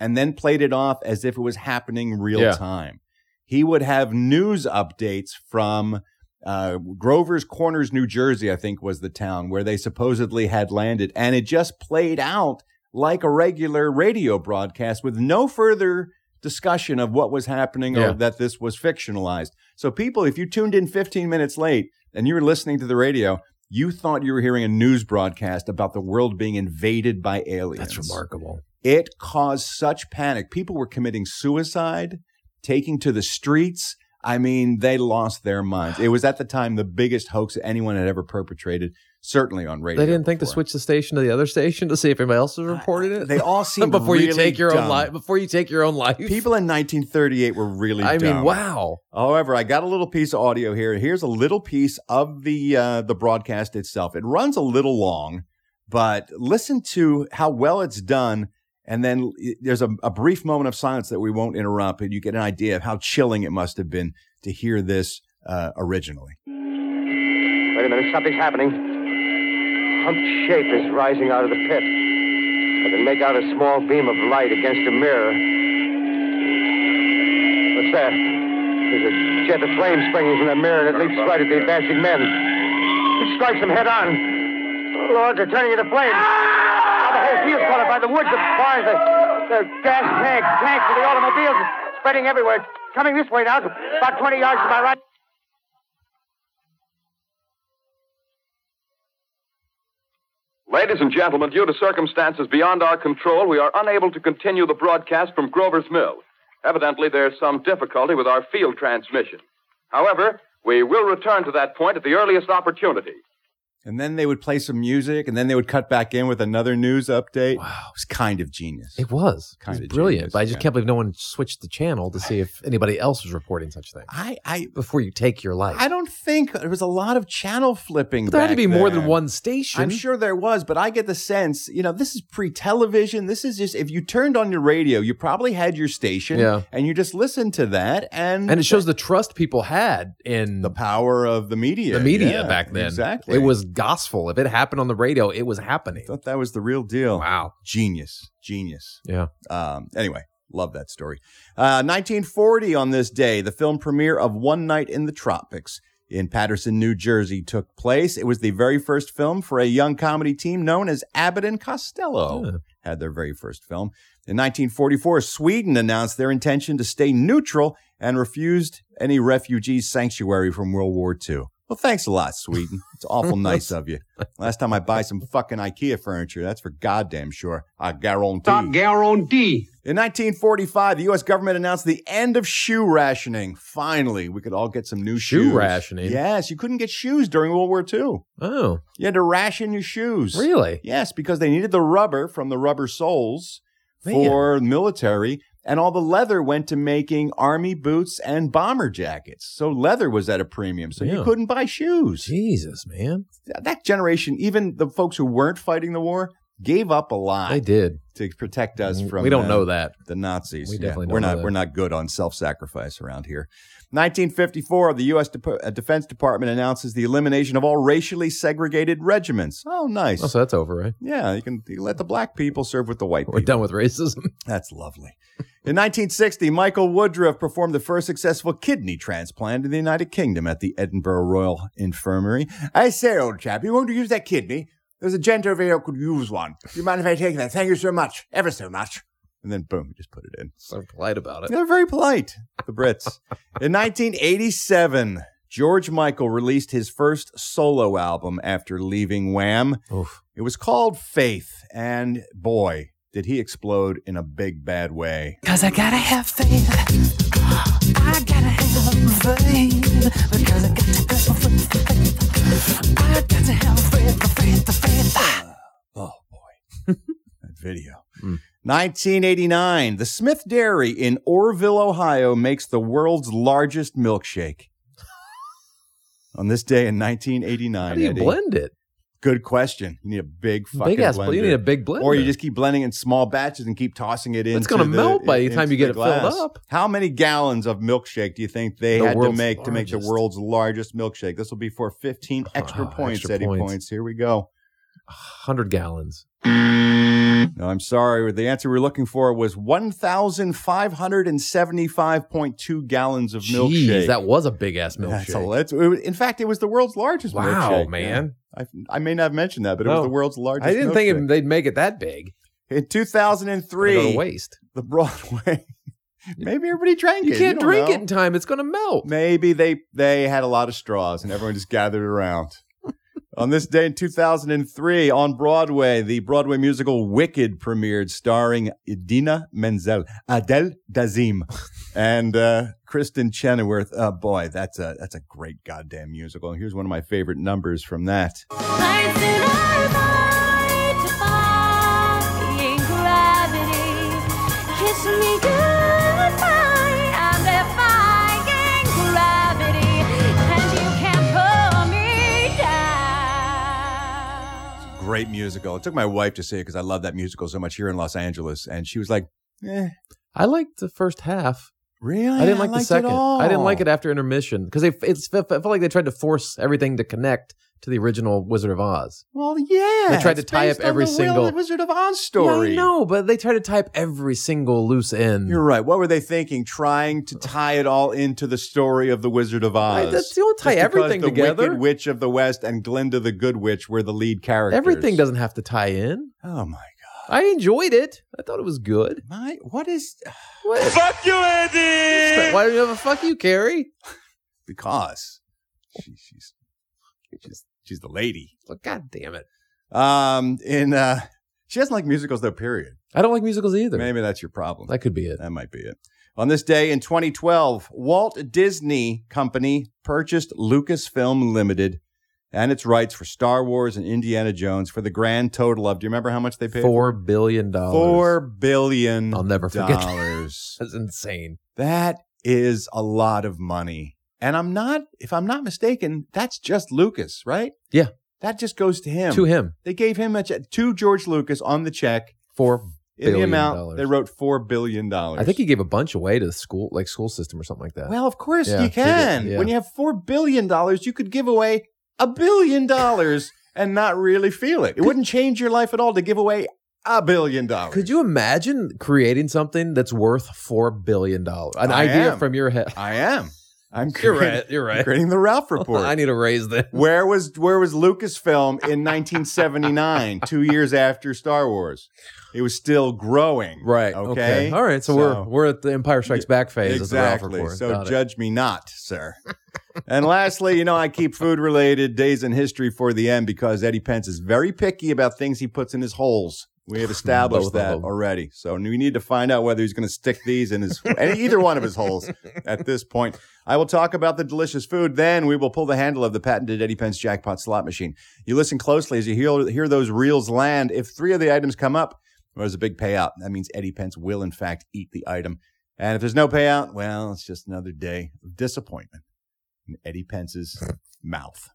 Speaker 4: and then played it off as if it was happening real
Speaker 3: Yeah.
Speaker 4: time. He would have news updates from uh, Grover's Corners, New Jersey, I think was the town where they supposedly had landed. And it just played out like a regular radio broadcast with no further discussion of what was happening or
Speaker 3: Yeah.
Speaker 4: that this was fictionalized. So, people, if you tuned in 15 minutes late and you were listening to the radio, you thought you were hearing a news broadcast about the world being invaded by aliens.
Speaker 3: That's remarkable.
Speaker 4: It caused such panic. People were committing suicide, taking to the streets. I mean, they lost their minds. It was at the time the biggest hoax that anyone had ever perpetrated, certainly on radio.
Speaker 3: They didn't think to
Speaker 4: before.
Speaker 3: switch the station to the other station to see if anybody else has reported it.
Speaker 4: They
Speaker 3: [LAUGHS]
Speaker 4: all seemed
Speaker 3: before you
Speaker 4: really
Speaker 3: take your
Speaker 4: dumb.
Speaker 3: own life. Before you take your own life.
Speaker 4: People in 1938 were really.
Speaker 3: [LAUGHS] I mean,
Speaker 4: dumb.
Speaker 3: wow.
Speaker 4: However, I got a little piece of audio here. Here's a little piece of the uh, the broadcast itself. It runs a little long, but listen to how well it's done. And then i- there's a, a brief moment of silence that we won't interrupt, and you get an idea of how chilling it must have been to hear this uh, originally.
Speaker 11: Wait a minute, something's happening. Some shape is rising out of the pit. I can make out a small beam of light against a mirror. What's that? There's a jet of flame springing from the mirror and it leaps right at the advancing men. It strikes them head on. Lord, they're turning into flames. Now the whole field's caught up by the woods, the barns, the, the gas tanks, tanks for the automobiles, it's spreading everywhere. It's coming this way now, about 20 yards to my right.
Speaker 12: Ladies and gentlemen, due to circumstances beyond our control, we are unable to continue the broadcast from Grover's Mill. Evidently, there's some difficulty with our field transmission. However, we will return to that point at the earliest opportunity.
Speaker 4: And then they would play some music, and then they would cut back in with another news update. Wow, it was kind of genius.
Speaker 3: It was.
Speaker 4: Kind
Speaker 3: it
Speaker 4: of
Speaker 3: was brilliant.
Speaker 4: genius,
Speaker 3: but I just
Speaker 4: yeah.
Speaker 3: can't believe no one switched the channel to see if anybody else was reporting such things.
Speaker 4: I, I
Speaker 3: before you take your life.
Speaker 4: I don't think there was a lot of channel flipping.
Speaker 3: But there had to
Speaker 4: back
Speaker 3: be more than
Speaker 4: then.
Speaker 3: one station.
Speaker 4: I'm sure there was, but I get the sense, you know, this is pre television. This is just, if you turned on your radio, you probably had your station
Speaker 3: Yeah.
Speaker 4: and you just listened to that. And,
Speaker 3: And it shows the trust people had in
Speaker 4: the power of the media.
Speaker 3: the media
Speaker 4: Yeah,
Speaker 3: back then.
Speaker 4: Exactly.
Speaker 3: It was gospel. If it happened on the radio, it was happening.
Speaker 4: thought that was the real deal.
Speaker 3: Wow.
Speaker 4: Genius. Genius.
Speaker 3: Yeah.
Speaker 4: Um, anyway, love that story. Uh, 1940 on this day, the film premiere of One Night in the Tropics in Patterson, New Jersey took place. It was the very first film for a young comedy team known as Abbott and Costello.
Speaker 3: Yeah.
Speaker 4: Had their very first film. In 1944, Sweden announced their intention to stay neutral and refused any refugee sanctuary from World War II. Well, thanks a lot, Sweden. It's awful nice of you. Last time I buy some fucking IKEA furniture, that's for goddamn sure. I guarantee. I guarantee. In 1945, the U.S. government announced the end of shoe rationing. Finally, we could all get some new
Speaker 3: Shoe
Speaker 4: shoes.
Speaker 3: rationing?
Speaker 4: Yes, you couldn't get shoes during World War II.
Speaker 3: Oh.
Speaker 4: You had to ration your shoes.
Speaker 3: Really?
Speaker 4: Yes, because they needed the rubber from the rubber soles
Speaker 3: Man.
Speaker 4: for military, and all the leather went to making army boots and bomber jackets. So leather was at a premium. So
Speaker 3: Yeah.
Speaker 4: you couldn't buy shoes.
Speaker 3: Jesus, man.
Speaker 4: That generation, even the folks who weren't fighting the war, gave up a lot.
Speaker 3: They did. Mm,
Speaker 4: to protect us from.
Speaker 3: we don't
Speaker 4: the-
Speaker 3: know that.
Speaker 4: the Nazis.
Speaker 3: We
Speaker 4: Yeah,
Speaker 3: definitely
Speaker 4: we're
Speaker 3: don't know
Speaker 4: not
Speaker 3: that.
Speaker 4: we're not good on self sacrifice around here. 1954, the U.S. Dep- uh, Defense Department announces the elimination of all racially segregated regiments. Oh, nice.
Speaker 3: Oh, so that's over, right?
Speaker 4: Yeah, you can you can let the black people serve with the white people.
Speaker 3: We're done with racism. [LAUGHS]
Speaker 4: That's lovely. In 1960, Michael Woodruff performed the first successful kidney transplant in the United Kingdom at the Edinburgh Royal Infirmary. I say, old chap, you want to use that kidney? There's a gent over here who could use one. Do you mind if I take that? Thank you so much, ever so much. And then boom, you just put it in.
Speaker 3: so polite about it.
Speaker 4: They're very polite, the Brits. In 1987, George Michael released his first solo album after leaving Wham.
Speaker 3: Oof.
Speaker 4: It was called Faith, and boy, did he explode in a big bad
Speaker 3: [LAUGHS]
Speaker 4: way.
Speaker 10: Cause I gotta have faith. I gotta have faith. Because I got to have faith. I got to have faith, faith, faith.
Speaker 4: Oh boy,
Speaker 3: [LAUGHS]
Speaker 4: that video.
Speaker 3: Hmm.
Speaker 4: 1989, the Smith Dairy in Orrville, Ohio makes the world's largest milkshake.
Speaker 3: [LAUGHS]
Speaker 4: On this day in 1989,
Speaker 3: How do you
Speaker 4: Eddie.
Speaker 3: blend it?
Speaker 4: Good question. You need a big fucking
Speaker 3: Big ass,
Speaker 4: blender.
Speaker 3: you need a big blender.
Speaker 4: Or you just keep blending in small batches and keep tossing it in.
Speaker 3: It's gonna melt by the time you get it filled up.
Speaker 4: How many gallons of milkshake do you think they
Speaker 3: The
Speaker 4: had to
Speaker 3: world's
Speaker 4: make to make the
Speaker 3: largest.
Speaker 4: world's largest milkshake? This will be for 15 extra
Speaker 3: Wow,
Speaker 4: points,
Speaker 3: extra
Speaker 4: Eddie
Speaker 3: points.
Speaker 4: points. Here we go.
Speaker 3: 100 gallons.
Speaker 4: No, I'm sorry. The answer we were looking for was 1,575.2 gallons of milkshake.
Speaker 3: Jeez, that was a big ass milkshake.
Speaker 4: That's a, that's, it was, in fact, it was the world's largest
Speaker 3: Wow,
Speaker 4: milkshake.
Speaker 3: man.
Speaker 4: I, I may not have mentioned that, but it
Speaker 3: No.
Speaker 4: was the world's largest
Speaker 3: I didn't
Speaker 4: milkshake.
Speaker 3: think they'd make it that big.
Speaker 4: In
Speaker 3: They
Speaker 4: 2003,
Speaker 3: Go to waste.
Speaker 4: the Broadway. Maybe everybody drank
Speaker 3: You
Speaker 4: it.
Speaker 3: can't
Speaker 4: don't
Speaker 3: drink
Speaker 4: know.
Speaker 3: it in time. It's going to melt.
Speaker 4: Maybe they they had a lot of straws and everyone just gathered [LAUGHS] around. on this day in 2003, on Broadway, the Broadway musical Wicked premiered, starring Idina Menzel, Adele [LAUGHS] Dazim, and uh, Kristen Chenoweth. Oh boy, that's a that's a great goddamn musical. And here's one of my favorite numbers from that.
Speaker 10: Lights in our mind, defying gravity. Kiss me goodbye, I'm defying gravity. And you can't pull me down.
Speaker 4: Great musical. It took my wife to see it because I love that musical so much here in Los Angeles, and she was like, "Eh,
Speaker 3: I liked the first half.
Speaker 4: really?
Speaker 3: I didn't like the
Speaker 4: liked
Speaker 3: second. I didn't like
Speaker 4: all."
Speaker 3: it after intermission because it, it felt like they tried to force everything to connect to the original Wizard of Oz.
Speaker 4: Well, yeah.
Speaker 3: They tried
Speaker 4: it's
Speaker 3: to tie
Speaker 4: based
Speaker 3: up
Speaker 4: on
Speaker 3: every
Speaker 4: the Will-
Speaker 3: single-
Speaker 4: the Wizard of Oz story.
Speaker 3: Yeah, I know, but they try to type every single loose end.
Speaker 4: You're right. What were they thinking? Trying to tie it all into the story of the Wizard of Oz.
Speaker 3: Right, that's- you don't tie
Speaker 4: Just because
Speaker 3: everything
Speaker 4: the
Speaker 3: together.
Speaker 4: Wicked Witch of the West and Glinda the Good Witch were the lead characters.
Speaker 3: Everything doesn't have to tie in.
Speaker 4: Oh my
Speaker 3: I enjoyed it. I thought it was good.
Speaker 4: god! My what is?
Speaker 3: What? Fuck you, Andy. Why do you have a fuck you, Carrie?
Speaker 4: Because she, she's she's she's the lady.
Speaker 3: Well, God damn it.
Speaker 4: Um, in uh, she doesn't like musicals though. Period.
Speaker 3: I don't like musicals either.
Speaker 4: Maybe that's your problem.
Speaker 3: That could be it.
Speaker 4: That might be it. On this day in 2012, Walt Disney Company purchased Lucasfilm Limited and its rights for Star Wars and Indiana Jones for the grand total of. Do you remember how much they paid?
Speaker 3: Four billion dollars.
Speaker 4: Four billion.
Speaker 3: I'll never forget that.
Speaker 4: dollars.
Speaker 3: That's insane.
Speaker 4: that is a lot of money, and I'm not. If I'm not mistaken, that's just Lucas, right?
Speaker 3: Yeah.
Speaker 4: That just goes to him.
Speaker 3: To him,
Speaker 4: They gave him a check to George Lucas on the check
Speaker 3: four.
Speaker 4: in the
Speaker 3: Billion
Speaker 4: amount
Speaker 3: dollars.
Speaker 4: they wrote four billion dollars.
Speaker 3: I think he gave a bunch away to the school, like school system or something like that.
Speaker 4: Well, of course
Speaker 3: Yeah,
Speaker 4: you
Speaker 3: they did,
Speaker 4: can.
Speaker 3: yeah.
Speaker 4: When you have four billion dollars, you could give away a billion
Speaker 3: [LAUGHS]
Speaker 4: dollars and not really feel it. It wouldn't change your life at all to give away a billion dollars.
Speaker 3: could you imagine creating something that's worth four billion dollars? An
Speaker 4: I
Speaker 3: idea
Speaker 4: am.
Speaker 3: from
Speaker 4: [LAUGHS]
Speaker 3: your head.
Speaker 4: I am. I'm
Speaker 3: You're
Speaker 4: creating,
Speaker 3: right. You're
Speaker 4: I'm
Speaker 3: right.
Speaker 4: creating the
Speaker 3: [LAUGHS]
Speaker 4: Ralph report.
Speaker 3: I need to
Speaker 4: [LAUGHS]
Speaker 3: raise that.
Speaker 4: where was where was Lucasfilm in
Speaker 3: [LAUGHS]
Speaker 4: 1979, two years after Star Wars? It was still growing.
Speaker 3: Right.
Speaker 4: Okay.
Speaker 3: All right. So, we're we're at the Empire Strikes Back phase. of the Ralph
Speaker 4: exactly.
Speaker 3: Report.
Speaker 4: So
Speaker 3: Got it.
Speaker 4: judge me not, sir. And lastly, you know, I keep food related days in history for the end because Eddie Pence is very picky about things he puts in his holes. We have established
Speaker 3: Both of
Speaker 4: that
Speaker 3: them.
Speaker 4: already. So we need to find out whether he's going to stick these in his and either one of his holes at this point. I will talk about the delicious food. Then we will pull the handle of the patented Eddie Pence jackpot slot machine. You listen closely as you hear, hear those reels land. If three of the items come up, there's a big payout. That means Eddie Pence will, in fact, eat the item. And if there's no payout, well, it's just another day of disappointment in Eddie
Speaker 3: [LAUGHS]
Speaker 4: Pence's mouth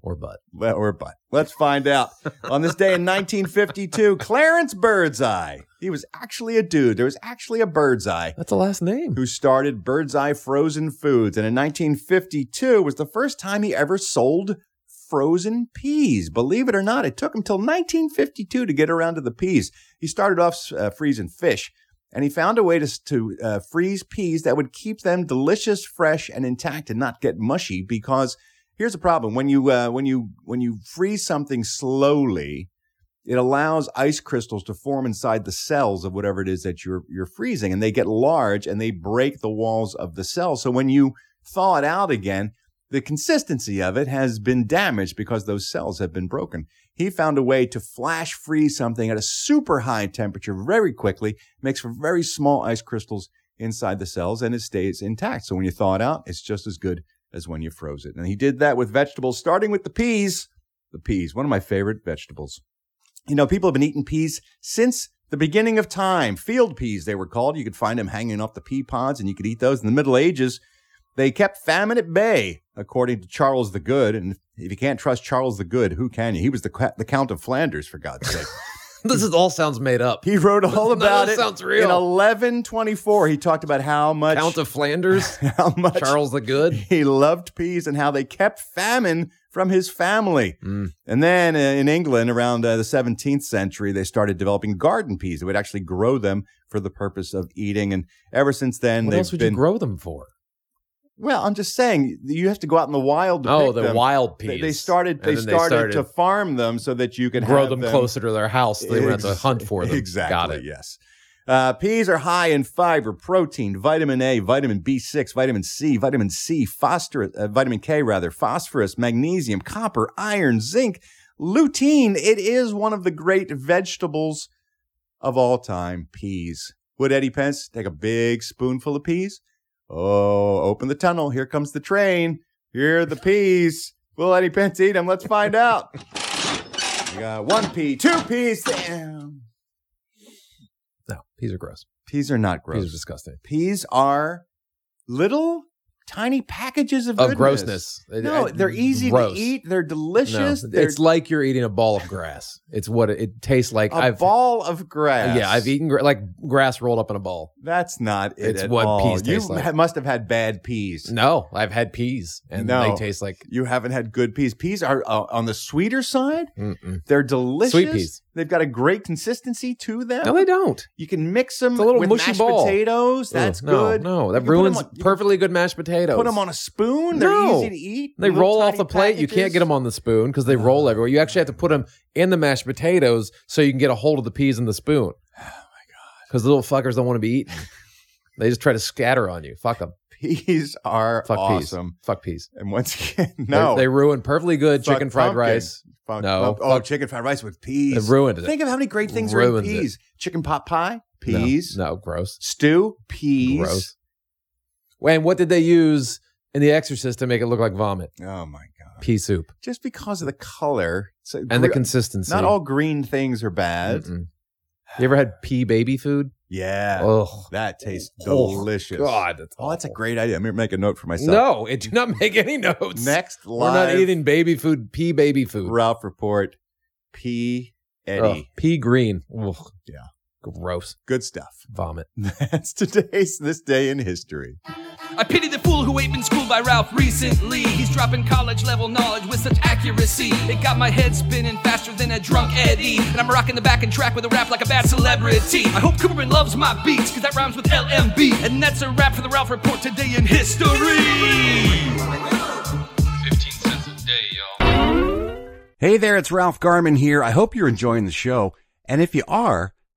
Speaker 3: or butt.
Speaker 4: Le- or butt. Let's find out. On this day
Speaker 3: [LAUGHS]
Speaker 4: in 1952, Clarence Birdseye. He was actually a dude. There was actually a Birdseye.
Speaker 3: That's a
Speaker 4: [LAUGHS]
Speaker 3: last name.
Speaker 4: Who started Birdseye Frozen Foods. And in 1952 was the first time he ever sold frozen peas. Believe it or not, it took him till 1952 to get around to the peas. He started off uh, freezing fish. And he found a way to, to uh, freeze peas that would keep them delicious, fresh, and intact, and not get mushy. Because here's the problem: when you uh, when you when you freeze something slowly, it allows ice crystals to form inside the cells of whatever it is that you're you're freezing and they get large and they break the walls of the cell so when you thaw it out again the consistency of it has been damaged because those cells have been broken he found a way to flash freeze something at a super high temperature very quickly makes for very small ice crystals inside the cells and it stays intact so when you thaw it out it's just as good as when you froze it and he did that with vegetables starting with the peas the peas one of my favorite vegetables you know, people have been eating peas since the beginning of time. Field peas, they were called. You could find them hanging off the pea pods, and you could eat those. In the Middle Ages, they kept famine at bay, according to Charles the Good. And if you can't trust Charles the Good, who can you? He was the, ca- the Count of Flanders, for God's sake.
Speaker 3: This is all sounds made up.
Speaker 4: He wrote
Speaker 3: [LAUGHS]
Speaker 4: all
Speaker 3: None of
Speaker 4: about
Speaker 3: this
Speaker 4: it.
Speaker 3: sounds real.
Speaker 4: In 1124, he talked about how much
Speaker 3: Count of Flanders,
Speaker 4: [LAUGHS] how much
Speaker 3: Charles the
Speaker 4: [LAUGHS]
Speaker 3: Good.
Speaker 4: he loved peas and how they kept famine from his family.
Speaker 3: Mm.
Speaker 4: And then uh, in England, around uh, the 17th century, they started developing garden peas. They would actually grow them for the purpose of eating. And ever since then,
Speaker 3: What
Speaker 4: they've
Speaker 3: else would
Speaker 4: been.
Speaker 3: you grow them for?
Speaker 4: well, I'm just saying you have to go out in the wild. To
Speaker 3: Oh,
Speaker 4: pick
Speaker 3: the
Speaker 4: them.
Speaker 3: wild
Speaker 4: They- They
Speaker 3: peas.
Speaker 4: started.
Speaker 3: And
Speaker 4: They
Speaker 3: then
Speaker 4: started,
Speaker 3: they started-
Speaker 4: to farm them so that you could
Speaker 3: grow
Speaker 4: have
Speaker 3: them, closer to their house so they wouldn't have to
Speaker 4: Ex-
Speaker 3: hunt for them.
Speaker 4: Exactly.
Speaker 3: Got it.
Speaker 4: Yes. Uh, peas are high in fiber, protein, vitamin A, vitamin B6, vitamin C, vitamin C, phosphorus, uh, vitamin K rather, phosphorus, magnesium, copper, iron, zinc, lutein. It is one of the great vegetables of all time. Peas. Would Eddie Pence take a big spoonful of peas? Oh, open the tunnel. Here comes the train. Here are the peas. Will Eddie Pence eat them? Let's find out. We got one pea, two peas. Damn.
Speaker 3: No, peas are gross.
Speaker 4: Peas are not gross.
Speaker 3: Peas are disgusting.
Speaker 4: Peas are little tiny packages of,
Speaker 3: Of
Speaker 4: Oh, goodness.
Speaker 3: grossness.
Speaker 4: No,
Speaker 3: I- I-
Speaker 4: they're easy
Speaker 3: gross.
Speaker 4: to eat. They're
Speaker 3: No,
Speaker 4: delicious. they're
Speaker 3: it's like you're eating a ball of grass. It's what it, it tastes like.
Speaker 4: a
Speaker 3: I've
Speaker 4: ball of grass.
Speaker 3: Oh, yeah, I've eaten gra- like grass rolled up in a ball.
Speaker 4: That's not it
Speaker 3: It's
Speaker 4: at
Speaker 3: what
Speaker 4: all.
Speaker 3: peas
Speaker 4: you
Speaker 3: taste like.
Speaker 4: ha- must have had bad peas.
Speaker 3: No, I've had peas and
Speaker 4: No.
Speaker 3: they taste like
Speaker 4: You haven't had good peas. Peas are uh, on the sweeter side.
Speaker 3: mm-mm.
Speaker 4: They're delicious.
Speaker 3: Mm. peas.
Speaker 4: They've got a great consistency to them.
Speaker 3: no, they don't.
Speaker 4: you can mix them
Speaker 3: It's a little
Speaker 4: with
Speaker 3: mushy
Speaker 4: mashed
Speaker 3: ball.
Speaker 4: potatoes.
Speaker 3: Ugh,
Speaker 4: That's
Speaker 3: no,
Speaker 4: good.
Speaker 3: No,
Speaker 4: You
Speaker 3: that
Speaker 4: can put 'em
Speaker 3: ruins
Speaker 4: on- you can
Speaker 3: perfectly good mashed potatoes.
Speaker 4: Put them on a spoon. They're
Speaker 3: No.
Speaker 4: easy to eat.
Speaker 3: They
Speaker 4: Little
Speaker 3: roll off
Speaker 4: tiny
Speaker 3: the plate. You
Speaker 4: packages.
Speaker 3: can't get them on the spoon because they roll everywhere. You actually have to put them in the mashed potatoes so you can get a hold of the peas in the spoon. Oh my god! Because the little fuckers don't want to be eaten. they just try to scatter on you. Fuck them.
Speaker 4: Peas are
Speaker 3: Fuck
Speaker 4: awesome.
Speaker 3: peas. Fuck peas.
Speaker 4: And once again, [LAUGHS]
Speaker 3: They-
Speaker 4: no.
Speaker 3: they, ruin perfectly good
Speaker 4: Fuck
Speaker 3: chicken fried
Speaker 4: pumpkin.
Speaker 3: rice.
Speaker 4: Fuck
Speaker 3: No.
Speaker 4: pump- oh,
Speaker 3: Fuck-
Speaker 4: chicken fried rice with peas.
Speaker 3: It ruined it.
Speaker 4: Think of how many great things are in
Speaker 3: Ruined it.
Speaker 4: peas. Chicken pot pie,
Speaker 3: No,
Speaker 4: peas.
Speaker 3: No, gross.
Speaker 4: Stew, peas.
Speaker 3: Gross. And what did they use in The Exorcist to make it look like vomit?
Speaker 4: Oh my god.
Speaker 3: Pea soup
Speaker 4: Just because of the color so
Speaker 3: and the
Speaker 4: gre-
Speaker 3: consistency.
Speaker 4: Not all green things are bad.
Speaker 3: Mm-mm. You ever had pea baby food?
Speaker 4: Yeah.
Speaker 3: Oh
Speaker 4: That tastes
Speaker 3: Oh,
Speaker 4: delicious.
Speaker 3: God, that's
Speaker 4: oh, that's a
Speaker 3: awful.
Speaker 4: great idea. I'm gonna make a note for myself.
Speaker 3: no! It did not make any notes.
Speaker 4: Next
Speaker 3: We're
Speaker 4: live
Speaker 3: not eating baby food. Pea baby food.
Speaker 4: Ralph report. P. Eddie.
Speaker 3: Ugh, pea green. Ugh.
Speaker 4: Yeah.
Speaker 3: Gross.
Speaker 4: Good stuff. [LAUGHS]
Speaker 3: Vomit.
Speaker 4: That's today's this day in history.
Speaker 10: I pity the fool who ain't been schooled by Ralph recently. He's dropping college level knowledge with such accuracy. It got my head spinning faster than a drunk Eddie. And I'm rocking the back and track with a rap like a bad celebrity. I hope Cooperman loves my beats, cause that rhymes with LMB. And that's a wrap for the Ralph Report today in history.
Speaker 2: Hey there, it's Ralph Garman here. I hope you're enjoying the show. And if you are,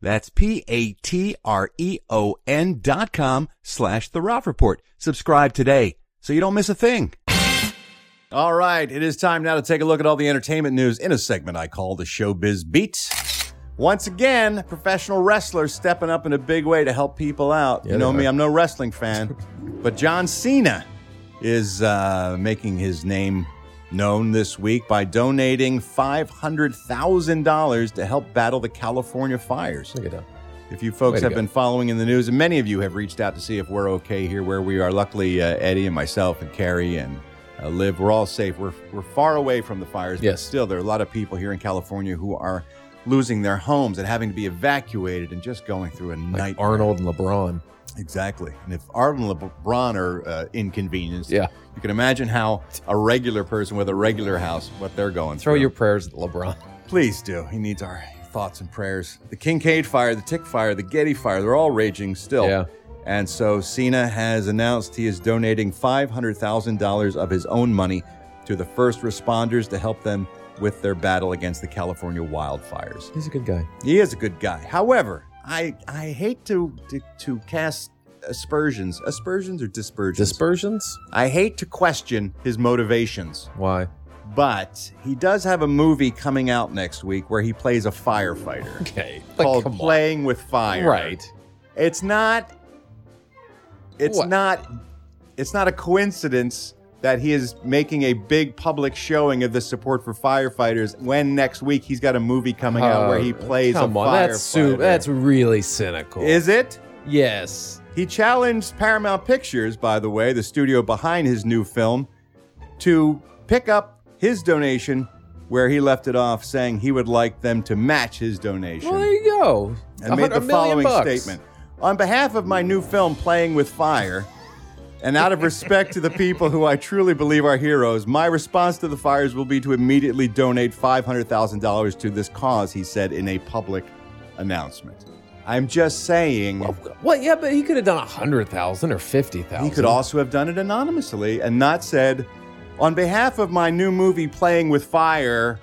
Speaker 2: That's P-A-T-R-E-O-N E dot com slash the Ralph Report. Subscribe today so you don't miss a thing.
Speaker 4: All right, it is time now to take a look at all the entertainment news in a segment I call the Showbiz Beat. Once again, professional wrestlers stepping up in a big way to help people out.
Speaker 3: Yeah,
Speaker 4: you know
Speaker 3: they
Speaker 4: me,
Speaker 3: are.
Speaker 4: I'm no wrestling
Speaker 3: [LAUGHS]
Speaker 4: fan, but John Cena is uh, making his name known this week by donating $500,000 to help battle the California fires. Look
Speaker 3: at that.
Speaker 4: If you
Speaker 3: Way
Speaker 4: folks
Speaker 3: to
Speaker 4: have
Speaker 3: go.
Speaker 4: been following in the news, and many of you have reached out to see if we're okay here where we are. Luckily, uh, Eddie and myself and Carrie and uh, Liv, we're all safe. We're, we're far away from the fires, but
Speaker 3: Yes.
Speaker 4: still, there are a lot of people here in California who are losing their homes and having to be evacuated and just going through a night.
Speaker 3: Arnold and LeBron.
Speaker 4: Exactly. And if Arnold and LeBron are uh, inconvenienced,
Speaker 3: Yeah.
Speaker 4: you can imagine how a regular person with a regular house, what they're going
Speaker 3: Throw
Speaker 4: through.
Speaker 3: your prayers at LeBron.
Speaker 4: Please do. He needs our thoughts and prayers. The Kincaid fire, the Tick fire, the Getty fire, they're all raging still.
Speaker 3: Yeah.
Speaker 4: And so Cena has announced he is donating $500,000 of his own money to the first responders to help them with their battle against the California wildfires.
Speaker 3: He's a good guy.
Speaker 4: He is a good guy. However, I, I hate to, to, to cast aspersions. Aspersions or dispersions?
Speaker 3: Dispersions?
Speaker 4: I hate to question his motivations
Speaker 3: Why?
Speaker 4: but he does have a movie coming out next week where he plays a firefighter
Speaker 3: Okay. Like,
Speaker 4: called
Speaker 3: come on.
Speaker 4: Playing with Fire.
Speaker 3: Right.
Speaker 4: It's not it's
Speaker 3: What?
Speaker 4: not it's not a coincidence that he is making a big public showing of the support for firefighters when next week he's got a movie coming out where he
Speaker 3: Uh,
Speaker 4: plays
Speaker 3: come
Speaker 4: a
Speaker 3: on,
Speaker 4: firefighter.
Speaker 3: That's, su- that's really cynical.
Speaker 4: Is it?
Speaker 3: yes.
Speaker 4: He challenged Paramount Pictures, by the way, the studio behind his new film, to pick up his donation where he left it off, saying he would like them to match his donation.
Speaker 3: Well, there you go.
Speaker 4: I made the
Speaker 3: hundred- a million
Speaker 4: following
Speaker 3: bucks.
Speaker 4: statement On behalf of my new film, Playing with Fire, and out of respect to the people who I truly believe are heroes, my response to the fires will be to immediately donate $500,000 to this cause, he said in a public announcement. I'm just saying.
Speaker 3: Well, yeah, but he could have done a hundred thousand or fifty thousand.
Speaker 4: He could also have done it anonymously and not said, on behalf of my new movie, Playing with Fire,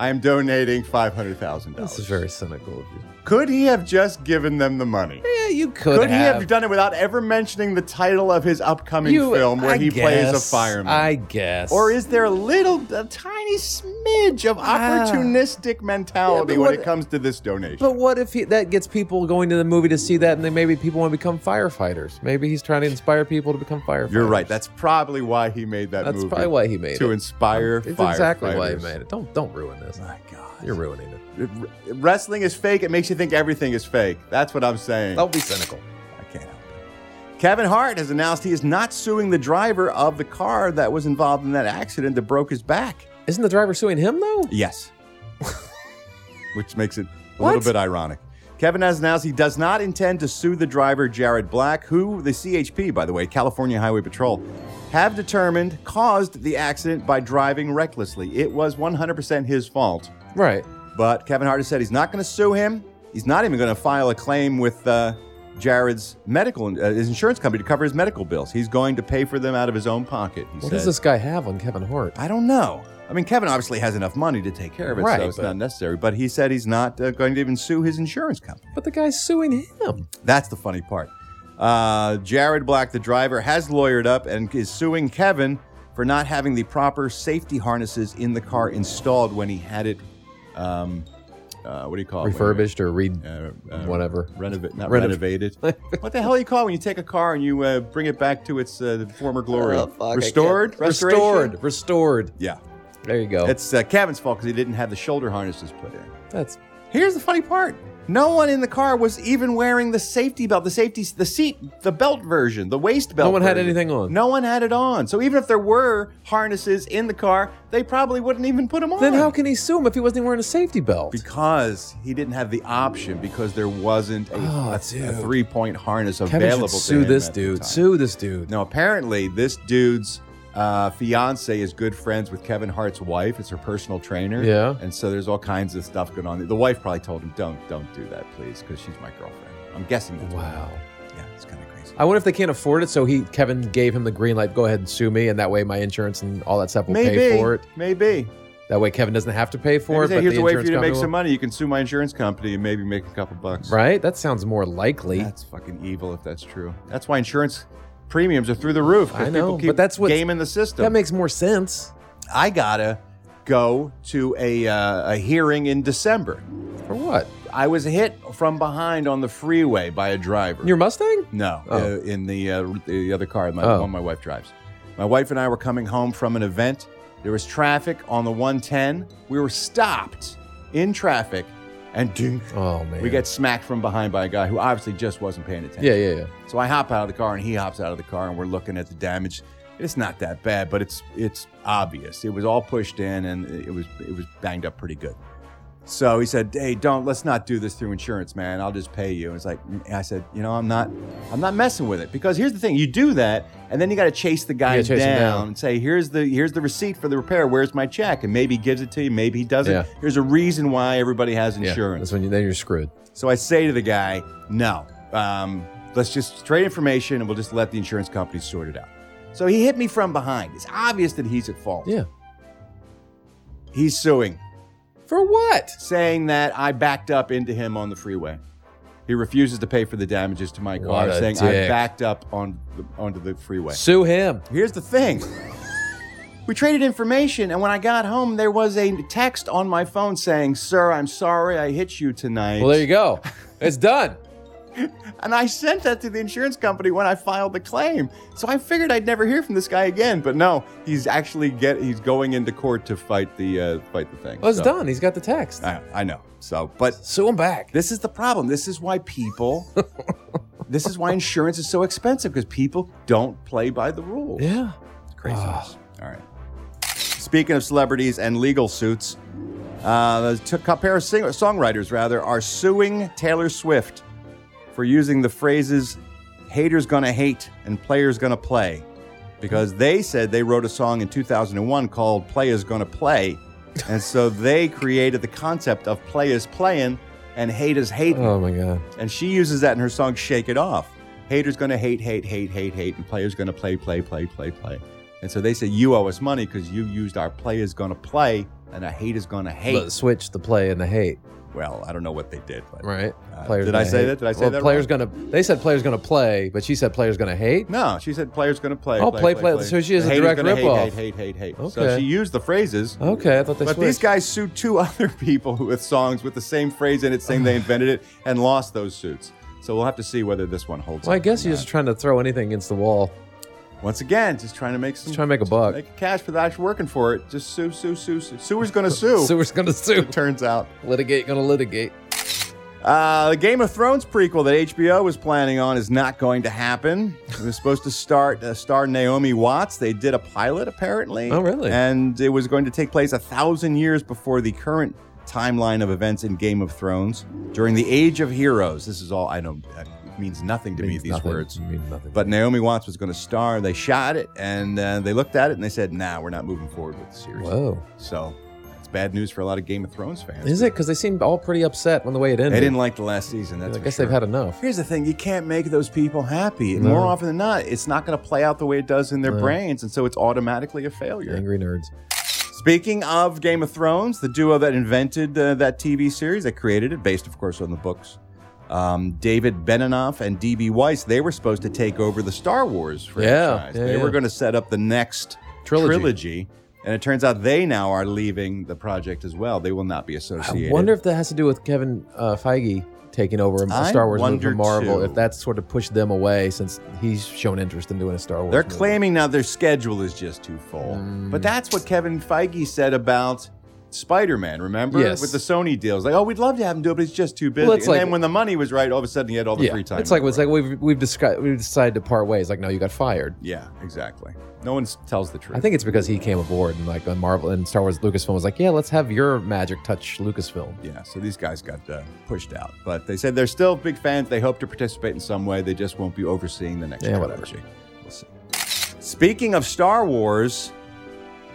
Speaker 4: I am donating
Speaker 3: This is
Speaker 4: $500,000.
Speaker 3: very cynical of you.
Speaker 4: Could he have just given them the money?
Speaker 3: Yeah, you could.
Speaker 4: Could he have done it without ever mentioning the title of his upcoming
Speaker 3: You-
Speaker 4: film where
Speaker 3: I
Speaker 4: he plays a
Speaker 3: guess,
Speaker 4: fireman?
Speaker 3: I guess.
Speaker 4: or is there a little, a tiny smidge of opportunistic mentality
Speaker 3: Ah. Yeah, but
Speaker 4: when
Speaker 3: what-
Speaker 4: it comes to this donation?
Speaker 3: But what if he, that gets people going to the movie to see that, and then maybe people want to become firefighters? Maybe he's trying to inspire people to become firefighters.
Speaker 4: You're right. That's probably why he made that
Speaker 3: That's
Speaker 4: movie.
Speaker 3: probably why he made
Speaker 4: to
Speaker 3: it.
Speaker 4: inspire
Speaker 3: It's exactly why he
Speaker 4: firefighters.
Speaker 3: made it. Don't don't ruin this.
Speaker 4: My God.
Speaker 3: You're ruining it.
Speaker 4: Wrestling is fake. It makes you think everything is fake. That's what I'm saying.
Speaker 3: Don't be cynical.
Speaker 4: I can't help it. Kevin Hart has announced he is not suing the driver of the car that was involved in that accident that broke his back.
Speaker 3: Isn't the driver suing him though?
Speaker 4: Yes. Which makes it a
Speaker 3: What?
Speaker 4: little bit ironic. Kevin has announced he does not intend to sue the driver, Jared Black, who the CHP, by the way, California Highway Patrol, have determined caused the accident by driving recklessly. It was 100% his fault.
Speaker 3: Right.
Speaker 4: But Kevin Hart has said he's not going to sue him. He's not even going to file a claim with uh, Jared's medical, uh, his insurance company to cover his medical bills. He's going to pay for them out of his own pocket. He
Speaker 3: What
Speaker 4: said.
Speaker 3: does this guy have on Kevin Hart?
Speaker 4: I don't know. I mean, Kevin obviously has enough money to take care of it,
Speaker 3: Right,
Speaker 4: so it's
Speaker 3: but-
Speaker 4: not necessary. But he said he's not uh, going to even sue his insurance company.
Speaker 3: But the guy's suing
Speaker 4: Oh,
Speaker 3: him.
Speaker 4: That's the funny part. Uh, Jared Black, the driver, has lawyered up and is suing Kevin for not having the proper safety harnesses in the car installed when he had it. Um, uh, what do you call it? when-
Speaker 3: Refurbished or read
Speaker 4: uh, uh,
Speaker 3: whatever.
Speaker 4: Renova- not
Speaker 3: Renov- [LAUGHS]
Speaker 4: renovated. what the hell do you call it when you take a car and you uh, bring it back to its uh, former glory?
Speaker 3: Oh, fuck, I
Speaker 4: Restored?
Speaker 3: can't-
Speaker 4: Restoration?
Speaker 3: Restored. Restored.
Speaker 4: Yeah.
Speaker 3: There you go.
Speaker 4: It's uh, Kevin's fault because he didn't have the shoulder harnesses put in.
Speaker 3: That's
Speaker 4: Here's the funny part. No one in the car was even wearing the safety belt, the safety, the seat, the belt version, the waist belt.
Speaker 3: one had
Speaker 4: version.
Speaker 3: anything on.
Speaker 4: No one had it on. So even if there were harnesses in the car, they probably wouldn't even put them on.
Speaker 3: Then how can he sue him if he wasn't even wearing a safety belt?
Speaker 4: Because he didn't have the option because there wasn't a,
Speaker 3: Oh,
Speaker 4: a- a
Speaker 3: dude.
Speaker 4: three-point harness
Speaker 3: Kevin
Speaker 4: available.
Speaker 3: should
Speaker 4: to
Speaker 3: sue
Speaker 4: him
Speaker 3: this
Speaker 4: at the
Speaker 3: dude.
Speaker 4: time.
Speaker 3: Sue this dude.
Speaker 4: Now, apparently, this dude's uh, fiance is good friends with Kevin Hart's wife. It's her personal trainer.
Speaker 3: Yeah.
Speaker 4: And so there's all kinds of stuff going on. The wife probably told him, "Don't, don't do that, please," because she's my girlfriend. I'm guessing. That's wow. Yeah, it's kind of crazy.
Speaker 3: I wonder if they can't afford it, so he Kevin gave him the green light. Go ahead and sue me, and that way my insurance and all that stuff will
Speaker 4: Maybe.
Speaker 3: pay for it.
Speaker 4: Maybe.
Speaker 3: That way Kevin doesn't have to pay for
Speaker 4: Maybe
Speaker 3: it.
Speaker 4: say,
Speaker 3: but
Speaker 4: here's
Speaker 3: the
Speaker 4: a way for you
Speaker 3: insurance
Speaker 4: to make
Speaker 3: company
Speaker 4: some money. You can sue my insurance company and maybe make a couple bucks.
Speaker 3: will- Right? That sounds more likely.
Speaker 4: That's fucking evil if that's true. That's why insurance premiums are through the roof. 'cause
Speaker 3: I know,
Speaker 4: people keep
Speaker 3: but that's what's-
Speaker 4: gaming the system.
Speaker 3: That makes more sense.
Speaker 4: I gotta go to a uh, a hearing in December.
Speaker 3: For what?
Speaker 4: I was hit from behind on the freeway by a driver.
Speaker 3: Your Mustang?
Speaker 4: No,
Speaker 3: Oh.
Speaker 4: uh, in the uh, the other car, my,
Speaker 3: Oh.
Speaker 4: one my wife drives. My wife and I were coming home from an event. There was traffic on the 110. We were stopped in traffic, and ding,
Speaker 3: Oh man.
Speaker 4: we got smacked from behind by a guy who obviously just wasn't paying attention.
Speaker 3: Yeah, yeah, yeah.
Speaker 4: So I hop out of the car and he hops out of the car and we're looking at the damage. It's not that bad, but it's it's obvious. It was all pushed in and it was it was banged up pretty good. So he said, "Hey, don't let's not do this through insurance, man. I'll just pay you." And it's like and I said, "You know, I'm not I'm not messing with it because here's the thing: you do that, and then you got to chase the guy
Speaker 3: You gotta chase him
Speaker 4: down,
Speaker 3: down.
Speaker 4: and say, "Here's the here's the receipt for the repair. Where's my check?" And maybe he gives it to you, maybe he doesn't.
Speaker 3: Yeah.
Speaker 4: There's a reason why everybody has
Speaker 3: Yeah,
Speaker 4: insurance.
Speaker 3: That's when you, then you're screwed.
Speaker 4: So I say to the guy, no, um, let's just trade information and we'll just let the insurance company sort it out. So he hit me from behind. It's obvious that he's at fault.
Speaker 3: Yeah.
Speaker 4: He's suing,
Speaker 3: For what?
Speaker 4: saying that I backed up into him on the freeway. He refuses to pay for the damages to my
Speaker 3: What
Speaker 4: car,
Speaker 3: a
Speaker 4: saying I
Speaker 3: dick.
Speaker 4: backed up on the, onto the freeway.
Speaker 3: Sue him.
Speaker 4: Here's the thing. We traded information, and when I got home, there was a text on my phone saying, Sir, I'm sorry I hit you tonight.
Speaker 3: Well, there
Speaker 4: [LAUGHS]
Speaker 3: you go. It's done.
Speaker 4: And I sent that to the insurance company when I filed the claim. So I figured I'd never hear from this guy again. But no, he's actually get he's going into court to fight the uh, fight the thing.
Speaker 3: Well, it's
Speaker 4: So,
Speaker 3: done. He's got the text.
Speaker 4: I, I know. So, but
Speaker 3: Sue him back.
Speaker 4: this is the problem. This is why
Speaker 3: [LAUGHS]
Speaker 4: people. this is why insurance is so expensive because people don't play by the rules.
Speaker 3: Yeah.
Speaker 4: Craziness. All right. Speaking of celebrities and legal suits, uh, the t- Capera sing- songwriters, rather, are suing Taylor Swift for using the phrases haters gonna hate and players gonna play because they said they wrote a song in 2001 called Players Gonna Play. And so they created the concept of players playing and haters hating.
Speaker 3: Oh my god.
Speaker 4: And she uses that in her song Shake It Off. Haters gonna hate, hate, hate, hate, hate, and players gonna play, play, play, play, play. And so they say you owe us money because you used our players gonna play and a hater's gonna hate.
Speaker 3: The switch, the play, and the hate.
Speaker 4: Well, I don't know what they did, but
Speaker 3: Right.
Speaker 4: Uh, did I
Speaker 3: gonna
Speaker 4: say
Speaker 3: hate.
Speaker 4: that? Did I say
Speaker 3: Well,
Speaker 4: that
Speaker 3: Players gonna. They said players gonna play, but she said players gonna hate.
Speaker 4: no, she said players gonna play.
Speaker 3: Oh, play, play. So she is
Speaker 4: The
Speaker 3: a
Speaker 4: haters
Speaker 3: direct
Speaker 4: gonna
Speaker 3: ripoff.
Speaker 4: Hate, hate, hate, hate, hate. So
Speaker 3: Okay.
Speaker 4: she used the phrases.
Speaker 3: Okay, I thought they
Speaker 4: But
Speaker 3: switched.
Speaker 4: these guys sued two [LAUGHS] other people with songs with the same phrase in it, saying
Speaker 3: [SIGHS]
Speaker 4: they invented it, and lost those suits. So we'll have to see whether this one holds.
Speaker 3: well, I
Speaker 4: up or
Speaker 3: guess you're
Speaker 4: not.
Speaker 3: just trying to throw anything against the wall.
Speaker 4: Once again, just trying to make some.
Speaker 3: Just trying to make a buck.
Speaker 4: Make cash for that working for it. Just sue, sue, sue, sue. Sewer's
Speaker 3: [LAUGHS]
Speaker 4: gonna sue.
Speaker 3: Sewer's gonna sue. [LAUGHS]
Speaker 4: It turns out.
Speaker 3: Litigate, gonna litigate.
Speaker 4: Uh, the Game of Thrones prequel that HBO was planning on is not going to happen. It was supposed to start uh, star Naomi Watts. They did a pilot apparently.
Speaker 3: Oh, really?
Speaker 4: And it was going to take place a thousand years before the current timeline of events in Game of Thrones during the Age of Heroes. This is all I know. It means nothing to
Speaker 3: Means
Speaker 4: me. These
Speaker 3: nothing.
Speaker 4: words.
Speaker 3: Means nothing.
Speaker 4: But Naomi Watts was going to star. They shot it and uh, they looked at it and they said, nah, we're not moving forward with the series.
Speaker 3: Whoa.
Speaker 4: So it's bad news for a lot of Game of Thrones fans.
Speaker 3: Is it? Because they seemed all pretty upset when the way it ended.
Speaker 4: They didn't like the last season. That's
Speaker 3: I
Speaker 4: for
Speaker 3: guess
Speaker 4: sure.
Speaker 3: they've had enough.
Speaker 4: Here's the thing you can't make those people happy.
Speaker 3: No.
Speaker 4: More often than not, it's not going to play out the way it does in their
Speaker 3: No.
Speaker 4: brains. And so it's automatically a failure.
Speaker 3: Angry nerds.
Speaker 4: Speaking of Game of Thrones, the duo that invented uh, that TV series, that created it, based, of course, on the books, um, David Benioff and D.B. Weiss, they were supposed to take over the Star Wars
Speaker 3: Yeah,
Speaker 4: franchise.
Speaker 3: yeah,
Speaker 4: they
Speaker 3: yeah.
Speaker 4: were going to set up the next
Speaker 3: Trilogy.
Speaker 4: And it turns out they now are leaving the project as well. They will not be associated.
Speaker 3: I wonder if that has to do with Kevin uh, Feige taking over a
Speaker 4: I
Speaker 3: Star Wars movie
Speaker 4: wonder
Speaker 3: from Marvel.
Speaker 4: too.
Speaker 3: If that's sort of pushed them away, since he's shown interest in doing a Star Wars.
Speaker 4: They're
Speaker 3: movie.
Speaker 4: claiming now their schedule is just too full.
Speaker 3: Mm.
Speaker 4: But that's what Kevin Feige said about Spider Man, remember?
Speaker 3: Yes.
Speaker 4: With the Sony deals. Like, oh, we'd love to have him do it, but he's just too busy.
Speaker 3: Well,
Speaker 4: and
Speaker 3: it's like-
Speaker 4: then when the money was right, all of a sudden he had all the
Speaker 3: Yeah,
Speaker 4: free time.
Speaker 3: it's like
Speaker 4: in the
Speaker 3: it's
Speaker 4: world.
Speaker 3: like we've we've, discussed, we've decided to part ways. Like, no, you got fired.
Speaker 4: Yeah, exactly. No one s- tells the truth.
Speaker 3: I think it's because he came aboard and like on Marvel and Star Wars Lucasfilm was like, yeah, let's have your magic touch Lucasfilm.
Speaker 4: Yeah, so these guys got uh, pushed out. But they said they're still big fans. They hope to participate in some way. They just won't be overseeing the next
Speaker 3: Yeah, whatever.
Speaker 4: trilogy. We'll see. Speaking of Star Wars,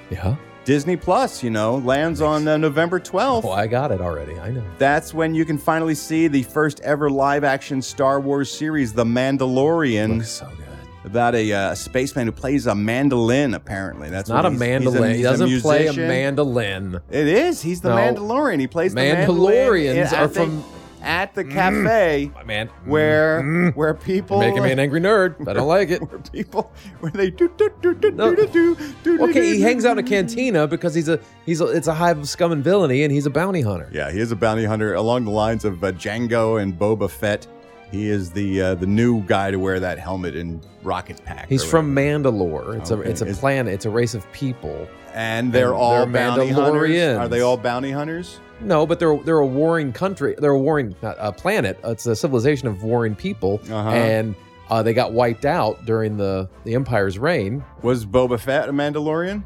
Speaker 3: yeah,
Speaker 4: Disney Plus, you know, lands on uh, November 12th. Oh,
Speaker 3: I got it already. I know.
Speaker 4: That's when you can finally see the first ever live action Star Wars series, The Mandalorian. Looks
Speaker 3: so good.
Speaker 4: About a uh, spaceman who plays a mandolin, apparently. That's
Speaker 3: Not
Speaker 4: what
Speaker 3: a
Speaker 4: he's- he's
Speaker 3: mandolin. he
Speaker 4: he's
Speaker 3: doesn't play a
Speaker 4: musician.
Speaker 3: mandolin.
Speaker 4: It is. He's the
Speaker 3: No.
Speaker 4: Mandalorian. He plays the mandolin
Speaker 3: Mandalorians
Speaker 4: at
Speaker 3: are
Speaker 4: the-
Speaker 3: from
Speaker 4: at the cafe
Speaker 3: man.
Speaker 4: where where people
Speaker 3: You're Mm.
Speaker 4: [LAUGHS]
Speaker 3: making me an angry nerd. I don't like it.
Speaker 4: Where people where they do do do do do do do [LAUGHS] do.
Speaker 3: Okay, he
Speaker 4: do,
Speaker 3: hangs out in a cantina because he's a he's a, it's a hive of scum and villainy, and he's a bounty hunter.
Speaker 4: Yeah, he is a bounty hunter along the lines of uh, Django and Boba Fett. He is the uh, the new guy to wear that helmet and rocket pack.
Speaker 3: He's
Speaker 4: or
Speaker 3: from Mandalore. It's
Speaker 4: Okay.
Speaker 3: a it's a
Speaker 4: Is-
Speaker 3: planet. It's a race of people.
Speaker 4: And they're all bounty hunters.
Speaker 3: Mandalorians.
Speaker 4: Are they all bounty hunters?
Speaker 3: No, but they're they're a warring country. They're a warring not a planet. It's a civilization of warring people,
Speaker 4: Uh-huh.
Speaker 3: and uh, they got wiped out during the the Empire's reign.
Speaker 4: Was Boba Fett a Mandalorian?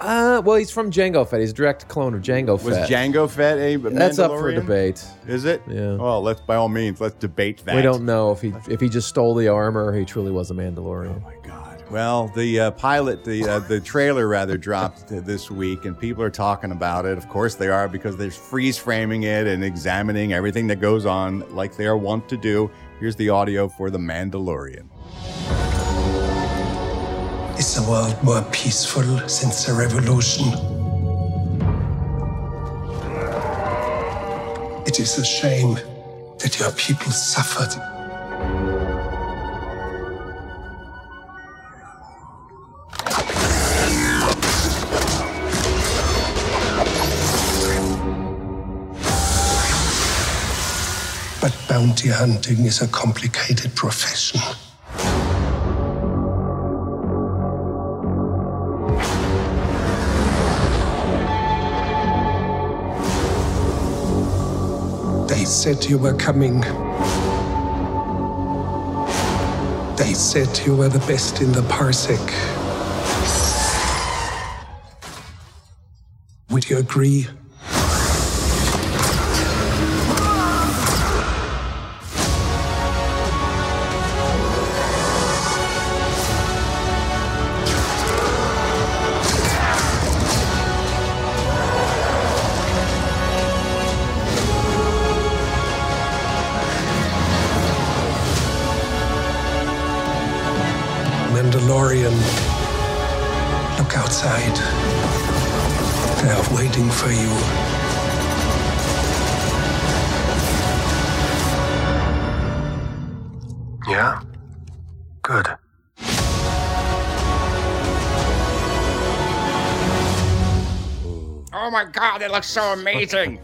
Speaker 3: Uh, well, he's from Django Fett. He's a direct clone of Django
Speaker 4: Was
Speaker 3: Fett.
Speaker 4: Django Fett a Mandalorian?
Speaker 3: That's up for debate.
Speaker 4: Is it?
Speaker 3: Yeah.
Speaker 4: Well, let's by all means let's debate that.
Speaker 3: We don't know if he if he just stole the armor or he truly was a Mandalorian.
Speaker 4: Oh Well, the uh, pilot, the uh, the trailer rather dropped th- this week, and people are talking about it. Of course, they are because they're freeze framing it and examining everything that goes on, like they are wont to do. Here's the audio for the Mandalorian.
Speaker 13: Is the world more peaceful since the revolution? It is a shame that your people suffered. But bounty hunting is a complicated profession. They said you were coming. They said you were the best in the parsec. Would you agree? Mandalorian, look outside. They are waiting for you. Yeah? Good.
Speaker 14: Oh my god, it
Speaker 3: [LAUGHS]
Speaker 14: looks so amazing!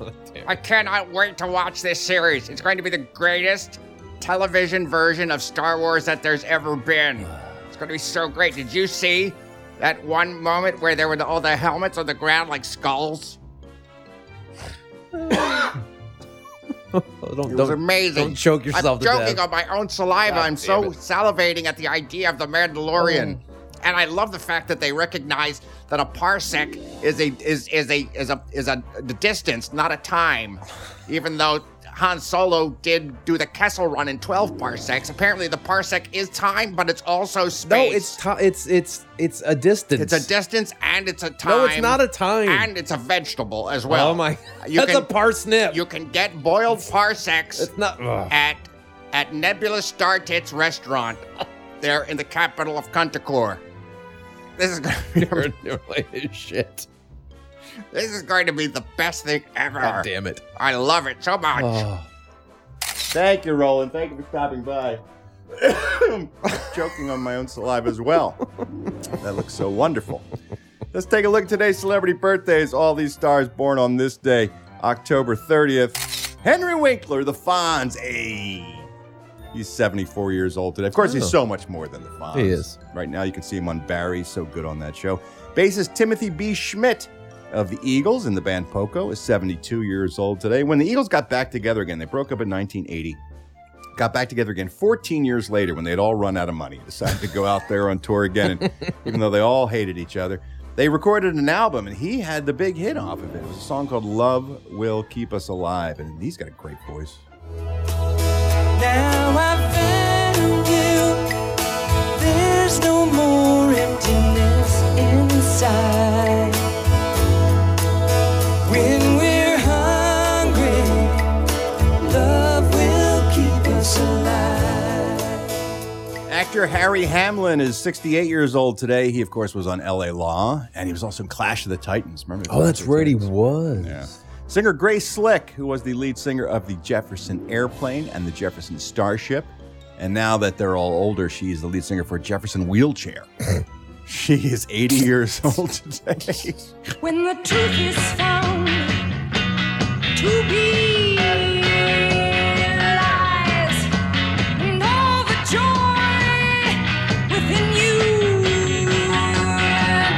Speaker 14: I cannot wait to watch this series. It's going to be the greatest television version of Star Wars that there's ever been. It's going to be so great. Did you see that one moment where there were all the helmets on the ground like skulls?
Speaker 3: Don't, don't,
Speaker 14: It was amazing.
Speaker 3: Don't choke yourself
Speaker 14: I'm
Speaker 3: to
Speaker 14: joking
Speaker 3: death.
Speaker 14: on my own saliva.
Speaker 3: God
Speaker 14: I'm so
Speaker 3: damn it. Oh.
Speaker 14: salivating at the idea of the Mandalorian. And I love the fact that they recognize that a parsec is a is is a is a is a, the distance, not a time. Even though Han Solo did do the Kessel run in 12 parsecs, apparently the parsec is time, but it's also space.
Speaker 3: No, it's ti it's it's it's a distance.
Speaker 14: It's a distance and it's a time.
Speaker 3: No, it's not a time.
Speaker 14: And it's a vegetable as well.
Speaker 3: Oh my- [LAUGHS] that's a parsnip.
Speaker 14: You can get boiled parsecs
Speaker 3: It's not- ugh.
Speaker 14: at at Nebula Star Tits restaurant [LAUGHS] there in the capital of Conticor. This is gonna [LAUGHS] be
Speaker 3: [LAUGHS] shit.
Speaker 14: This is going to be the best thing ever.
Speaker 3: God damn it. Oh,
Speaker 14: I love it so much.
Speaker 4: Thank you, Roland. Thank you for stopping by. Joking on my own saliva as well. That looks so wonderful. Let's take a look at today's celebrity birthdays. All these stars born on this day, October 30th. Henry Winkler, the Fonz. Hey. He's 74 years old today. Of course,
Speaker 3: Oh.
Speaker 4: he's so much more than the Fonz.
Speaker 3: He is.
Speaker 4: Right now, you can see him on Barry. So good on that show. Bassist Timothy B. Schmidt of the Eagles in the band Poco is 72 years old today. When the Eagles got back together again, they broke up in 1980 got back together again 14 years later when they'd all run out of money decided to go out there on tour again
Speaker 3: [LAUGHS]
Speaker 4: and even though they all hated each other they recorded an album and he had the big hit off of it it was a song called love will keep us alive and he's got a great voice
Speaker 6: Now I've found you. There's no more empty
Speaker 15: side. When we're hungry, love will keep us alive.
Speaker 4: Actor Harry Hamlin is 68 years old today. He, of course, was on LA Law, and he was also in Clash of the Titans. Remember?
Speaker 3: Oh, that's right, he was.
Speaker 4: Yeah. Singer Grace Slick, who was the lead singer of the Jefferson Airplane and the Jefferson Starship. And now that they're all older, she's the lead singer for Jefferson Wheelchair. she is 80 years old today. [LAUGHS]
Speaker 15: When the truth is found to be lies, and all the joy within you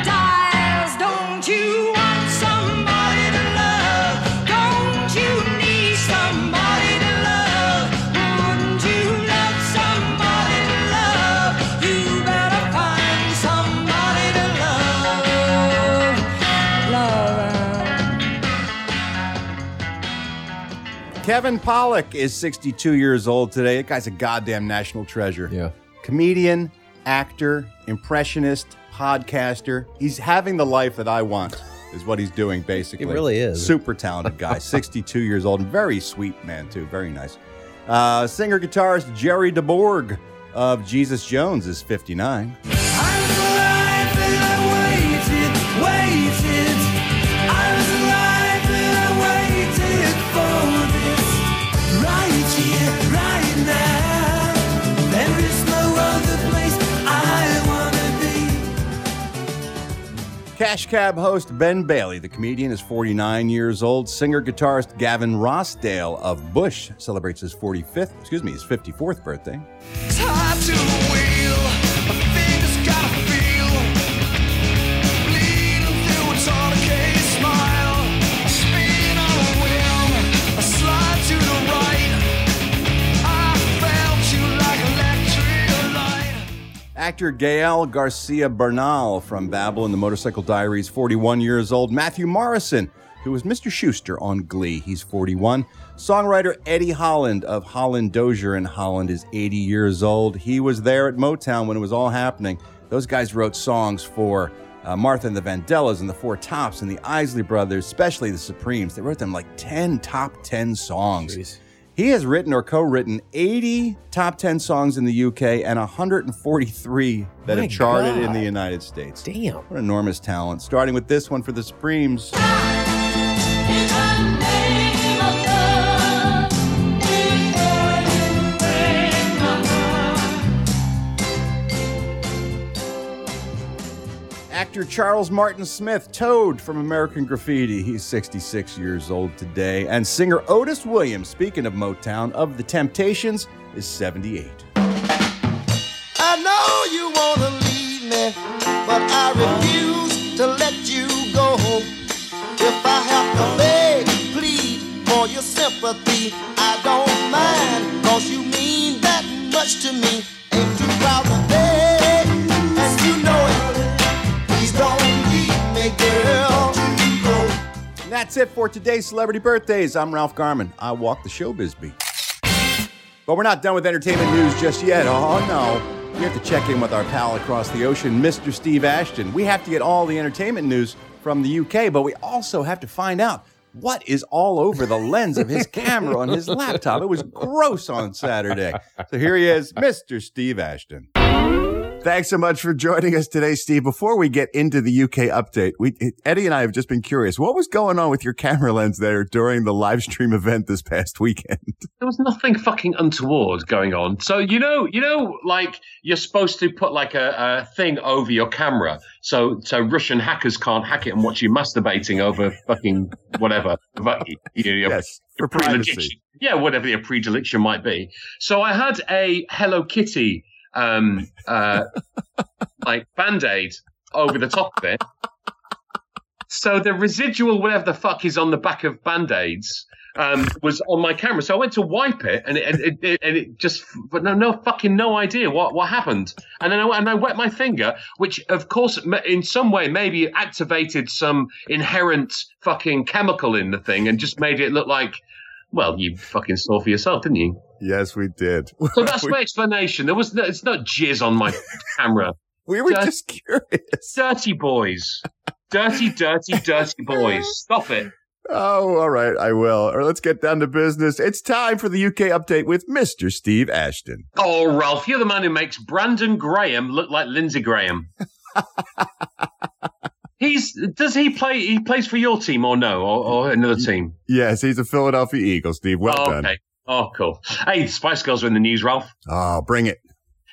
Speaker 15: dies, don't you want somebody to love? Don't you need somebody to love? Wouldn't you love somebody to love? You better find somebody to love.
Speaker 4: Kevin Pollock is 62 years old today. That guy's a goddamn national treasure. Yeah. Comedian, actor, impressionist, podcaster. He's having the life that I want, is what he's doing, basically.
Speaker 3: He really is.
Speaker 4: Super talented
Speaker 3: [LAUGHS]
Speaker 4: guy, 62 years old, and very sweet man, too. Very nice. Uh, singer guitarist Jerry DeBorg of Jesus Jones is 59.
Speaker 15: Waited, waited. I was alive and I waited for this. Right here, right now. There is no other place I wanna be.
Speaker 4: Cash Cab host Ben Bailey, the comedian, is 49 years old. Singer guitarist Gavin Rossdale of Bush celebrates his 45th, excuse me, his 54th birthday.
Speaker 15: Tied to the wheel, my fingers gotta feel. Bleeding through a tourniquet smile. Spin on a whim, I slide to the right. I felt you like electric light.
Speaker 4: Actor Gael Garcia Bernal from Babel and the Motorcycle Diaries, 41 years old. Matthew Morrison, who was Mr. Schuster on Glee, he's 41. Songwriter Eddie Holland of Holland Dozier in Holland is 80 years old. He was there at Motown when it was all happening. Those guys wrote songs for uh, Martha and the Vandellas and the Four Tops and the Isley Brothers, especially the Supremes. They wrote them like 10 top 10 songs. He has written or co-written 80 top 10 songs in the UK and 143 that
Speaker 3: My
Speaker 4: have charted in
Speaker 3: God.
Speaker 4: the United States.
Speaker 3: Damn.
Speaker 4: What an enormous talent. Starting with this one for the Supremes. Actor Charles Martin Smith, Toad from American Graffiti. He's 66 years old today. And singer Otis Williams, speaking of Motown, of The Temptations, is 78.
Speaker 15: I know you wanna leave me, but I refuse to let you go. If I have to beg, plead for your sympathy, I don't mind, cause you mean that much to me. Ain't too proud to beg, and you know it. Please don't leave me, girl.
Speaker 4: And that's it for today's celebrity birthdays. I'm Ralph Garman. I walk the showbiz beat. But we're not done with entertainment news just yet. Oh no. We have to check in with our pal across the ocean, Mr. Steve Ashton. We have to get all the entertainment news from the UK, but we also have to find out what is all over the lens of his camera on his laptop. It was gross on Saturday. So here he is, Mr. Steve Ashton. Thanks so much for joining us today, Steve. Before we get into the UK update,
Speaker 16: we, Eddie and I have just been curious. What was going on with your camera lens there during the live stream event this past weekend? [LAUGHS]
Speaker 17: there was nothing fucking untoward going on. So you know, you know, like you're supposed to put like a, a thing over your camera, so so Russian hackers can't hack it and watch you masturbating over fucking whatever. But, you know, yes,
Speaker 16: for privacy.
Speaker 17: Yeah, whatever your predilection might be. So I had a Hello Kitty um uh [LAUGHS] like band aid over the top of it. So the residual, whatever the fuck is on the back of band aids, um, was on my camera. So I went to wipe it, and it, it, it, and it just, but no, no fucking no idea what, what happened. And then I and I wet my finger, which of course, m- in some way, maybe activated some inherent fucking chemical in the thing, and just made it look like, well, you fucking saw for yourself, didn't you?
Speaker 16: Yes, we did.
Speaker 17: So that's my explanation. There was no, it's not jizz on my camera.
Speaker 16: We were just curious.
Speaker 17: Dirty boys. Dirty, dirty, dirty boys. Stop it.
Speaker 16: Oh, all right, I will. Or let's get down to business. It's time for the UK update with Mr. Steve Ashton.
Speaker 17: Oh, Ralph, you're the man who makes Brandon Graham look like
Speaker 16: [LAUGHS]
Speaker 17: Lindsey Graham. He's does he play? He plays for your team or no, or, or another team?
Speaker 16: Yes, he's a Philadelphia Eagle, Steve. Mm, Well
Speaker 17: oh,
Speaker 16: done.
Speaker 17: okay. Oh, cool. Hey, the Spice Girls are in the news, Ralph.
Speaker 16: Oh, bring it.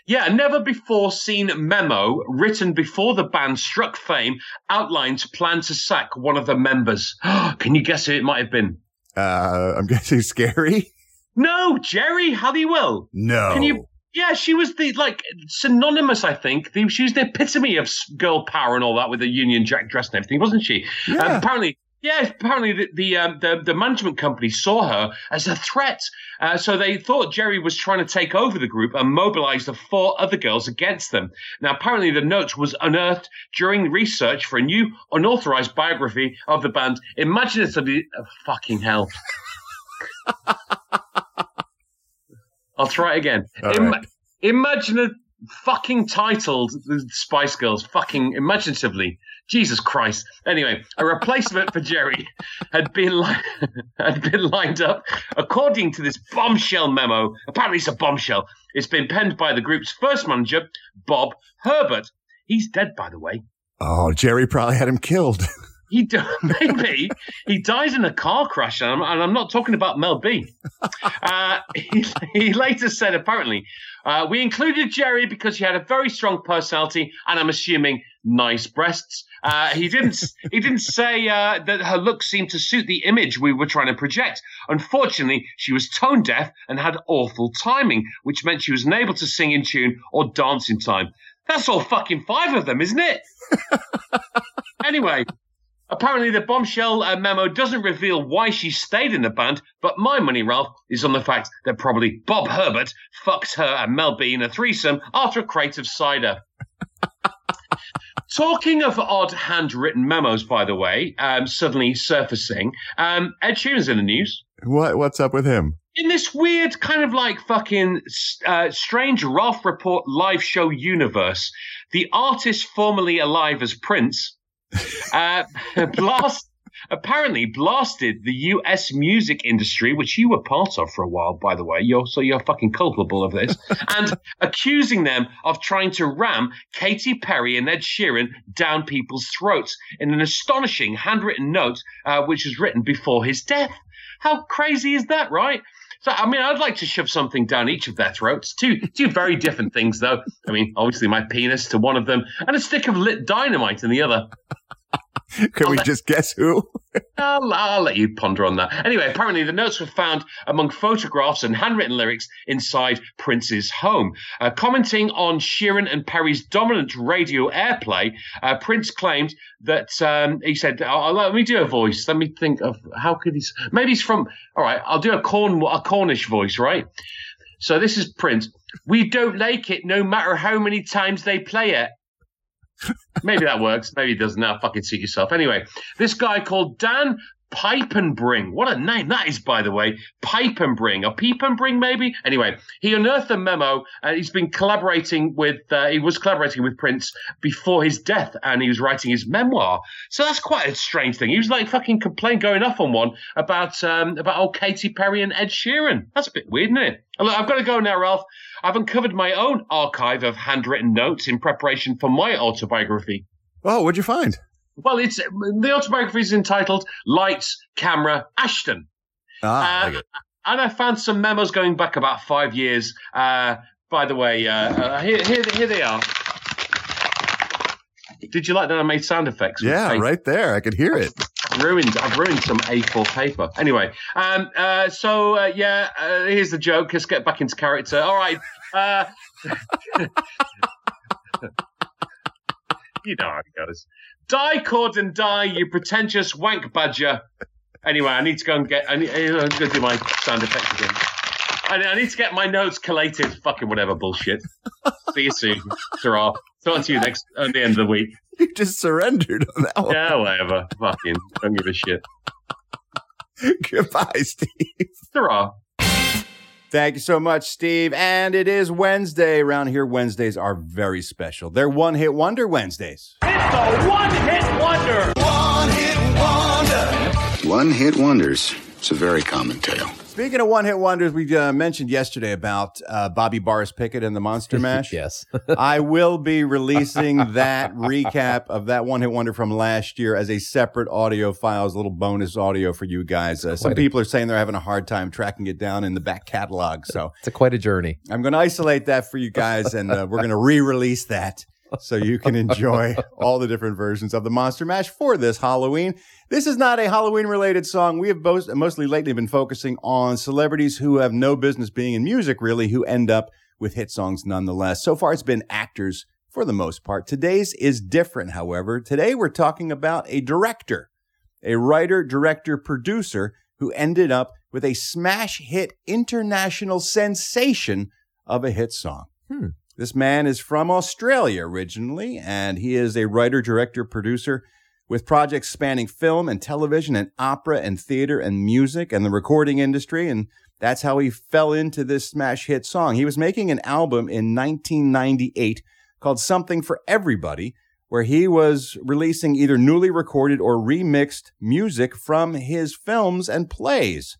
Speaker 17: Yeah, a never before seen memo written before the band struck fame outlines plan to sack one of the members. [GASPS] Can you guess who it might have been?
Speaker 16: Uh, I'm [LAUGHS] guessing scary.
Speaker 17: No, Jerry Halliwell.
Speaker 16: No.
Speaker 17: Can you? Yeah, she was the like synonymous. I think The- she was the epitome of s- girl power and all that with the Union Jack dress and everything, wasn't she?
Speaker 16: Yeah.
Speaker 17: Um, apparently, yeah. Apparently, the the, um, the the management company saw her as a threat, uh, so they thought Jerry was trying to take over the group and mobilise the four other girls against them. Now, apparently, the note was unearthed during research for a new unauthorised biography of the band. Imagine it's a fucking hell. I'll try it again.
Speaker 16: All
Speaker 17: Ima-
Speaker 16: right.
Speaker 17: Imagine a fucking titled the Spice Girls, fucking imaginatively. Jesus Christ. Anyway, a replacement for Jerry had been li- [LAUGHS] had been lined up. According to this bombshell memo, apparently it's a bombshell. It's been penned by the group's first manager, Bob Herbert. He's dead, by the way.
Speaker 16: Oh, Jerry probably had him killed. [LAUGHS]
Speaker 17: He d- [LAUGHS] maybe he dies in a car crash, and I'm, and I'm not talking about Mel B. Uh, [LAUGHS] he, he later said, apparently, uh, we included Jerry because he had a very strong personality, and I'm assuming nice breasts. Uh, he didn't. [LAUGHS] He didn't say uh, that her look seemed to suit the image we were trying to project. Unfortunately, she was tone deaf and had awful timing, which meant she was unable to sing in tune or dance in time. That's all fucking five of them, isn't it? anyway, apparently the bombshell uh, memo doesn't reveal why she stayed in the band, but my money, Ralph, is on the fact that probably Bob Herbert fucked her and Mel B in a threesome after a crate of cider. [LAUGHS] Talking of odd handwritten memos, by the way, um, suddenly surfacing, um, Ed Sheeran's in the news
Speaker 16: What? What's up with him?
Speaker 17: in this weird kind of like fucking uh, strange Ralph Report live show universe, the artist formerly alive as Prince, uh, [LAUGHS] blast apparently blasted the U.S. music industry, which you were part of for a while, by the way. You're so you're fucking culpable of this, and accusing them of trying to ram Katy Perry and Ed Sheeran down people's throats in an astonishing handwritten note, uh, which was written before his death. How crazy is that, right? So, I mean, I'd like to shove something down each of their throats. Two, two very different things, though. I mean, obviously my penis to one of them, and a stick of lit dynamite in the other.
Speaker 16: Can we just guess who?
Speaker 17: I'll, Um, I'll let you ponder on that. Anyway, apparently the notes were found among photographs and handwritten lyrics inside Prince's home. Uh, commenting on Sheeran and Perry's dominant radio airplay, uh, Prince claimed that um, he said, oh, oh, "Let me do a voice. Let me think of how could he? s- Maybe he's from. All right, I'll do a corn a Cornish voice, right? So this is Prince. We don't like it, no matter how many times they play it. Maybe that works. Maybe it doesn't. Now fucking suit yourself. Anyway, this guy called Dan Pipenbring. What a name that is, by the way. Pipenbring. Or Pipenbring, maybe? Anyway, he unearthed a memo. Uh, he's been collaborating with, uh, he was collaborating with Prince before his death and he was writing his memoir. So that's quite a strange thing. He was like fucking complain going off on one about, um, about old Katy Perry and Ed Sheeran. That's a bit weird, isn't it? Oh, Look, I've got to go now, Ralph. I've uncovered my own archive of handwritten notes in preparation for my autobiography.
Speaker 16: Oh, what'd you find?
Speaker 17: Well, it's the autobiography is entitled "Lights, Camera, Ashton,"
Speaker 16: Ah,
Speaker 17: Uh, and I found some memos going back about five years. Uh, by the way, uh, uh, here, here, here they are. Did you like that I made sound effects? with
Speaker 16: yeah,
Speaker 17: paper?
Speaker 16: right there. I could hear it.
Speaker 17: ruined. I've ruined some A4 paper. Anyway, um, uh, so uh, yeah, uh, here's the joke. Let's get back into character. All right. Uh, [LAUGHS] you know how it goes. Die, cord, and die, you pretentious wank badger. Anyway, I need to go and get. I need, I'm going to do my sound effects again. I, I need to get my notes collated. Fucking whatever bullshit. See you soon, Gerard. Talk to you next at the end of the week.
Speaker 16: You just surrendered on that one.
Speaker 17: Yeah, whatever. Fucking don't give a shit.
Speaker 4: [LAUGHS]
Speaker 16: Goodbye, Steve.
Speaker 17: There are.
Speaker 4: Thank you so much, Steve. And it is Wednesday. Around here, Wednesdays are very special. They're one hit wonder Wednesdays.
Speaker 6: The one hit wonder. One hit wonder.
Speaker 18: One hit wonders. It's a very common tale.
Speaker 4: Speaking of one hit wonders, we uh, mentioned yesterday about uh, Bobby Boris Pickett and the [LAUGHS] Monster Mash.
Speaker 3: yes. [LAUGHS]
Speaker 4: I will be releasing that recap of that one hit wonder from last year as a separate audio file, as a little bonus audio for you guys. Uh, some
Speaker 3: quite a-
Speaker 4: people are saying they're having a hard time tracking it down in the back catalog. So
Speaker 3: It's a, quite a journey.
Speaker 4: I'm going to isolate that for you guys, and uh, we're going to re release that so you can enjoy all the different versions of the Monster Mash for this Halloween. This is not a Halloween related song. We have both, mostly lately been focusing on celebrities who have no business being in music, really, who end up with hit songs nonetheless. So far, it's been actors for the most part. Today's is different, however. Today, we're talking about a director a writer, director, producer who ended up with a smash hit international sensation of a hit song.
Speaker 3: Hmm.
Speaker 4: This man is from Australia originally, and he is a writer, director, producer with projects spanning film and television and opera and theater and music and the recording industry. And that's how he fell into this smash hit song. He was making an album in 1998 called Something for Everybody, where he was releasing either newly recorded or remixed music from his films and plays.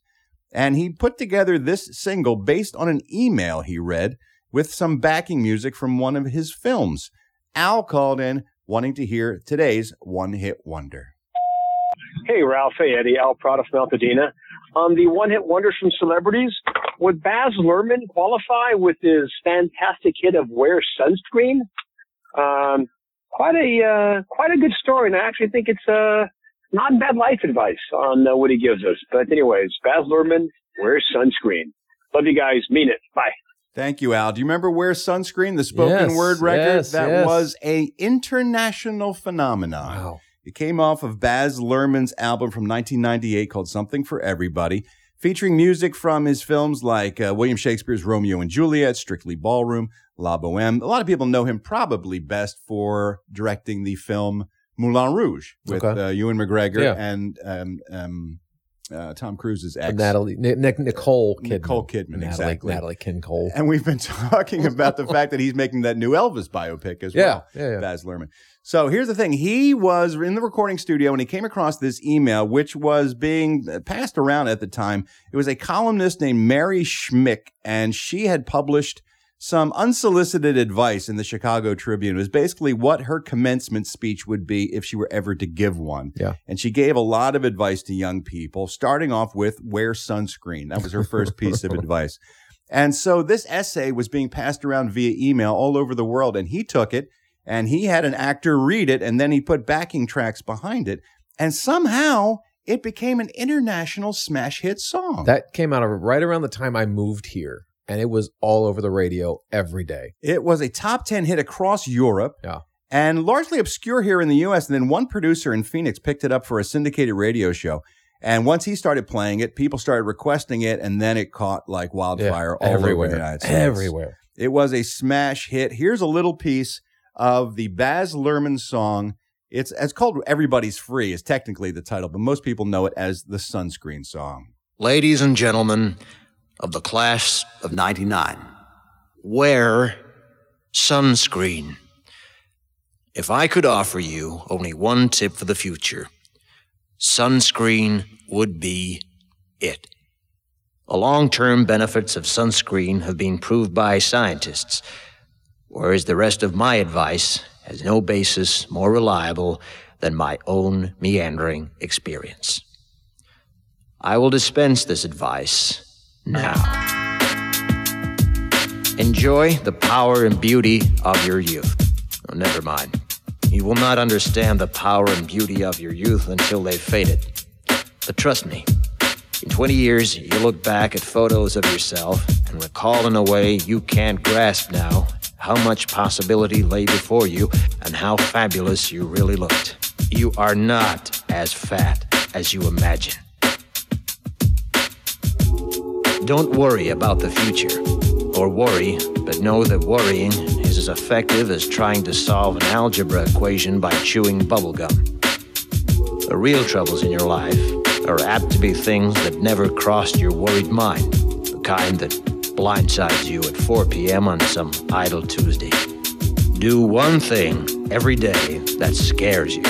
Speaker 4: And he put together this single based on an email he read with some backing music from one of his films. Al called in wanting to hear today's one hit wonder.
Speaker 19: Hey, Ralph. Hey, Eddie. Al Prada from Altadena. Um, the one hit wonders from celebrities. Would Baz Luhrmann qualify with his fantastic hit of Wear Sunscreen? Um, quite a uh, quite a good story, and I actually think it's uh, not bad life advice on uh, what he gives us. But anyways, Baz Luhrmann, Wear Sunscreen. Love you guys. Mean it. Bye.
Speaker 4: Thank you, Al. Do you remember Where Sunscreen, the spoken
Speaker 19: Yes,
Speaker 4: word record?
Speaker 19: yes,
Speaker 4: that
Speaker 19: yes.
Speaker 4: was a international phenomenon. It came off of Baz Luhrmann's album from 1998 called Something for Everybody, featuring music from his films like uh, William Shakespeare's Romeo and Juliet, Strictly Ballroom, La Boheme. A lot of people know him probably best for directing the film Moulin Rouge with
Speaker 3: Okay.
Speaker 4: uh, Ewan McGregor
Speaker 3: Yeah.
Speaker 4: and um, um, uh, Tom Cruise's ex.
Speaker 3: Natalie, Ni- Nic- Nicole Kidman.
Speaker 4: Nicole Kidman,
Speaker 3: Natalie,
Speaker 4: exactly.
Speaker 3: Natalie Kin Cole.
Speaker 4: And we've been [LAUGHS] talking about the fact that he's making that new Elvis biopic as
Speaker 3: Yeah,
Speaker 4: well.
Speaker 3: yeah, yeah.
Speaker 4: Baz Luhrmann. So here's the thing: he was in the recording studio when he came across this email, which was being passed around at the time. It was a columnist named Mary Schmick, and she had published some unsolicited advice in the Chicago Tribune. It was basically what her commencement speech would be if she were ever to give one.
Speaker 3: Yeah.
Speaker 4: And she gave a lot of advice to young people, starting off with wear sunscreen. That was her first piece
Speaker 3: [LAUGHS]
Speaker 4: of advice. And so this essay was being passed around via email all over the world, and he took it and he had an actor read it, and then he put backing tracks behind it, and somehow it became an international smash hit song.
Speaker 3: That came out of right around the time I moved here, and it was all over the radio every day.
Speaker 4: It was a top 10 hit across Europe.
Speaker 3: Yeah.
Speaker 4: And largely obscure here in the US. And then one producer in Phoenix picked it up for a syndicated radio show. And once he started playing it, people started requesting it. And then it caught like wildfire all
Speaker 3: everywhere,
Speaker 4: over the United States.
Speaker 3: everywhere.
Speaker 4: It was a smash hit. Here's a little piece of the Baz Luhrmann song. It's, it's called Everybody's Free, is technically the title, but most people know it as the Sunscreen song.
Speaker 20: Ladies and gentlemen of the class of 99, wear sunscreen. If I could offer you only one tip for the future, sunscreen would be it. The long term benefits of sunscreen have been proved by scientists, whereas the rest of my advice has no basis more reliable than my own meandering experience. I will dispense this advice now. Enjoy the power and beauty of your youth. Oh, never mind. You will not understand the power and beauty of your youth until they've faded. But trust me, in 20 years, you'll look back at photos of yourself and recall in a way you can't grasp now how much possibility lay before you and how fabulous you really looked. You are not as fat as you imagine. Don't worry about the future, or worry, but know that worrying is as effective as trying to solve an algebra equation by chewing bubblegum. The real troubles in your life are apt to be things that never crossed your worried mind, the kind that blindsides you at 4 p.m. on some idle Tuesday. Do one thing every day that scares you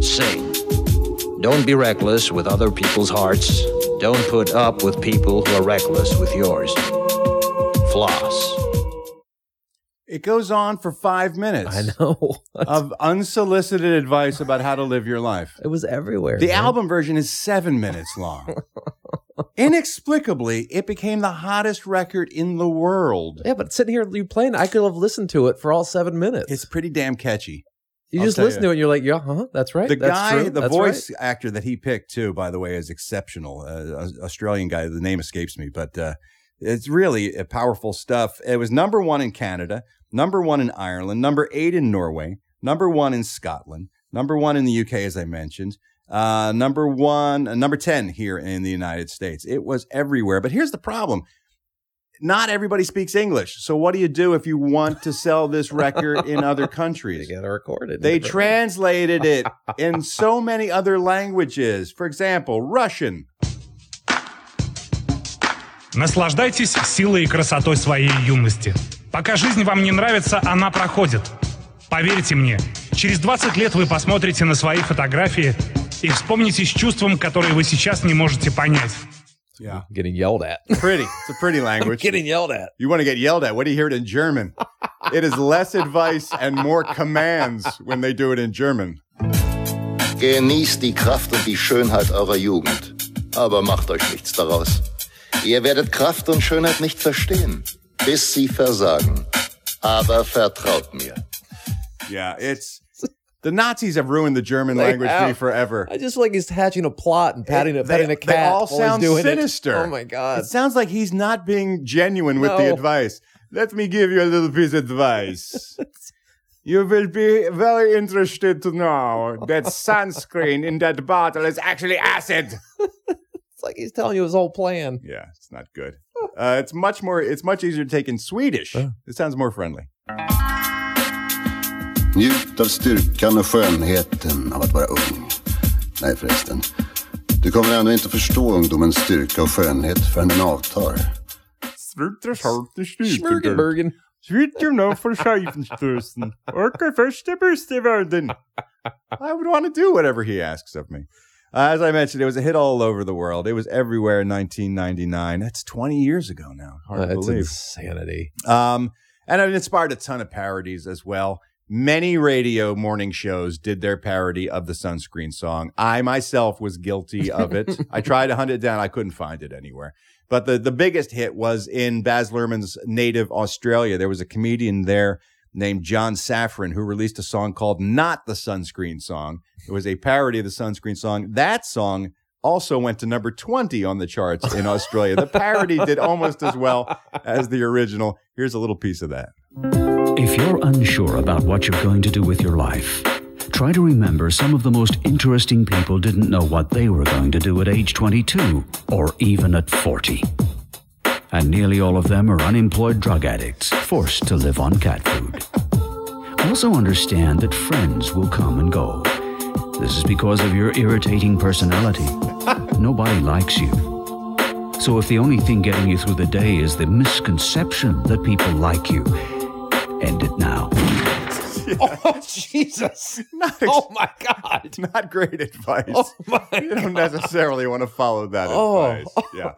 Speaker 20: sing. Don't be reckless with other people's hearts. Don't put up with people who are reckless with yours. Floss.
Speaker 4: It goes on for five minutes. I
Speaker 3: know. [LAUGHS]
Speaker 4: of unsolicited advice about how to live your life.
Speaker 3: [LAUGHS] It was everywhere.
Speaker 4: The
Speaker 3: man.
Speaker 4: album version is seven minutes long. Inexplicably, it became the hottest record in the world.
Speaker 3: Yeah, but sitting here you playing, I could have listened to it for all seven minutes.
Speaker 4: It's pretty damn catchy.
Speaker 3: You
Speaker 4: I'll
Speaker 3: just
Speaker 4: tell
Speaker 3: listen
Speaker 4: you.
Speaker 3: to it and you're like, yeah, huh? That's right.
Speaker 4: The
Speaker 3: that's
Speaker 4: guy,
Speaker 3: true,
Speaker 4: the
Speaker 3: that's
Speaker 4: voice
Speaker 3: right."
Speaker 4: actor that he picked too, by the way, is exceptional. Uh, a- Australian guy, the name escapes me, but uh, it's really uh, powerful stuff. It was number one in Canada, number one in Ireland, number eight in Norway, number one in Scotland, number one in the UK, as I mentioned, uh, number one, uh, number ten here in the United States. It was everywhere. But here's the problem: not everybody speaks English. So what do you do if you want to sell this record in
Speaker 3: [LAUGHS]
Speaker 4: other countries?
Speaker 3: They got to record it.
Speaker 4: They
Speaker 3: Never-
Speaker 4: translated it in so many other languages. For example, Russian.
Speaker 21: Наслаждайтесь силой и красотой своей юности. Пока жизнь вам не нравится, она проходит. Поверьте мне, через 20 лет вы посмотрите на свои фотографии и вспомните с чувством, которое вы сейчас не можете понять.
Speaker 4: Yeah.
Speaker 3: Getting
Speaker 4: [LAUGHS]
Speaker 3: yelled at.
Speaker 4: Pretty. It's a
Speaker 3: [LAUGHS]
Speaker 4: pretty language.
Speaker 3: getting yelled at.
Speaker 4: You want to get yelled at. What do you hear it in German? It is less advice and more commands when they do it in German.
Speaker 18: Genießt die Kraft und die Schönheit eurer Jugend. Aber macht euch nichts daraus. Ihr werdet Kraft und Schönheit nicht verstehen, bis sie versagen. Aber vertraut mir.
Speaker 4: Yeah, it's the Nazis have ruined the German
Speaker 3: They
Speaker 4: language for me
Speaker 3: have.
Speaker 4: forever.
Speaker 3: I just like he's hatching a plot and patting it, patting a cat.
Speaker 4: They all
Speaker 3: while he's
Speaker 4: sound
Speaker 3: doing it.
Speaker 4: sinister.
Speaker 3: Oh my god!
Speaker 4: It sounds like he's not being genuine with the
Speaker 3: No.
Speaker 4: advice. Let me give you a little piece of
Speaker 3: [LAUGHS]
Speaker 4: advice. you will be very interested to know
Speaker 3: [LAUGHS]
Speaker 4: that sunscreen in that bottle is actually acid.
Speaker 3: It's like he's telling you his whole plan.
Speaker 4: Yeah, it's not
Speaker 3: [LAUGHS]
Speaker 4: good. Uh, it's much more. It's much easier to take in Swedish. It sounds more friendly.
Speaker 18: Njut av styrkan och skönheten av att vara ung. Nej förresten. Du kommer ännu inte förstå ungdomens styrka och skönhet förrän den avtar.
Speaker 3: Schmurgenbergen.
Speaker 4: Schmurgenbergen for Schaffenstoßen. Orker första bästa världen. [LAUGHS] I would want to do whatever he asks of me. Uh, as I mentioned, it was a hit all over the world. It was everywhere in 1999. That's 20 years ago now. Hard to
Speaker 3: That's
Speaker 4: believe.
Speaker 3: insanity.
Speaker 4: Um, and it inspired a ton of parodies as well. Many radio morning shows did their parody of the sunscreen song. I myself was guilty of it. I tried to hunt it down. I couldn't find it anywhere. But the, the biggest hit was in Baz Luhrmann's native Australia. There was a comedian there named John Safran who released a song called Not the Sunscreen Song. It was a parody of the sunscreen song. That song also went to number 20 on the charts in Australia. The parody did almost as well as the original. Here's a little piece of that.
Speaker 22: If you're unsure about what you're going to do with your life, try to remember some of the most interesting people didn't know what they were going to do at age 22 or even at 40. And nearly all of them are unemployed drug addicts forced to live on cat food. Also, understand that friends will come and go. This is because of your irritating personality. Nobody likes you. So, if the only thing getting you through the day is the misconception that people like you, end it now.
Speaker 3: Oh Jesus! oh my God!
Speaker 4: Not great advice.
Speaker 3: Oh
Speaker 4: [LAUGHS]
Speaker 3: my
Speaker 4: You don't necessarily want to follow that
Speaker 3: Oh.
Speaker 4: advice. Yeah.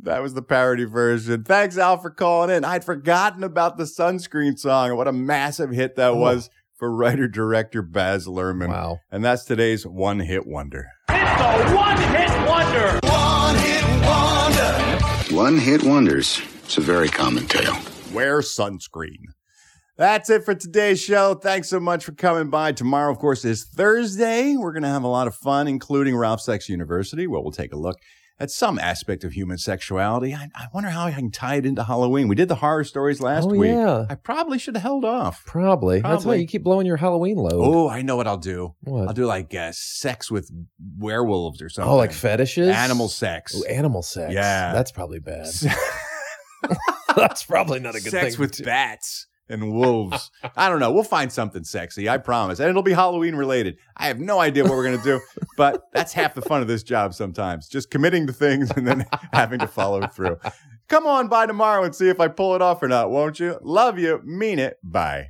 Speaker 4: That was the parody version. Thanks, Al, for calling in. I'd forgotten about the sunscreen song and what a massive hit that was for writer director Baz Luhrmann. Wow. And that's today's one hit wonder.
Speaker 6: The one hit wonder. One hit wonder.
Speaker 18: One hit wonders. It's a very common tale.
Speaker 4: Wear sunscreen. That's it for today's show. Thanks so much for coming by. Tomorrow, of course, is Thursday. We're going to have a lot of fun, including Ralph Sex University, where we'll take a look at some aspect of human sexuality. I, I wonder how I can tie it into Halloween. We did the horror stories last
Speaker 3: Oh,
Speaker 4: week.
Speaker 3: yeah.
Speaker 4: I probably should have held off.
Speaker 3: Probably. That's why
Speaker 4: Probably.
Speaker 3: you keep blowing your Halloween load.
Speaker 4: Oh, I know what I'll do.
Speaker 3: What?
Speaker 4: I'll do like uh, sex with werewolves or something.
Speaker 3: Oh, like fetishes?
Speaker 4: Animal sex.
Speaker 3: Ooh, animal sex.
Speaker 4: Yeah. [LAUGHS]
Speaker 3: [LAUGHS] That's probably bad. That's probably not a good
Speaker 4: sex
Speaker 3: thing.
Speaker 4: with bats. and wolves. I don't know. We'll find something sexy, I promise. And it'll be Halloween related. I have no idea what we're going to do, but that's half the fun of this job sometimes. Just committing to things and then [LAUGHS] having to follow through. Come on by tomorrow and see if I pull it off or not, won't you? Love you. Mean it. Bye.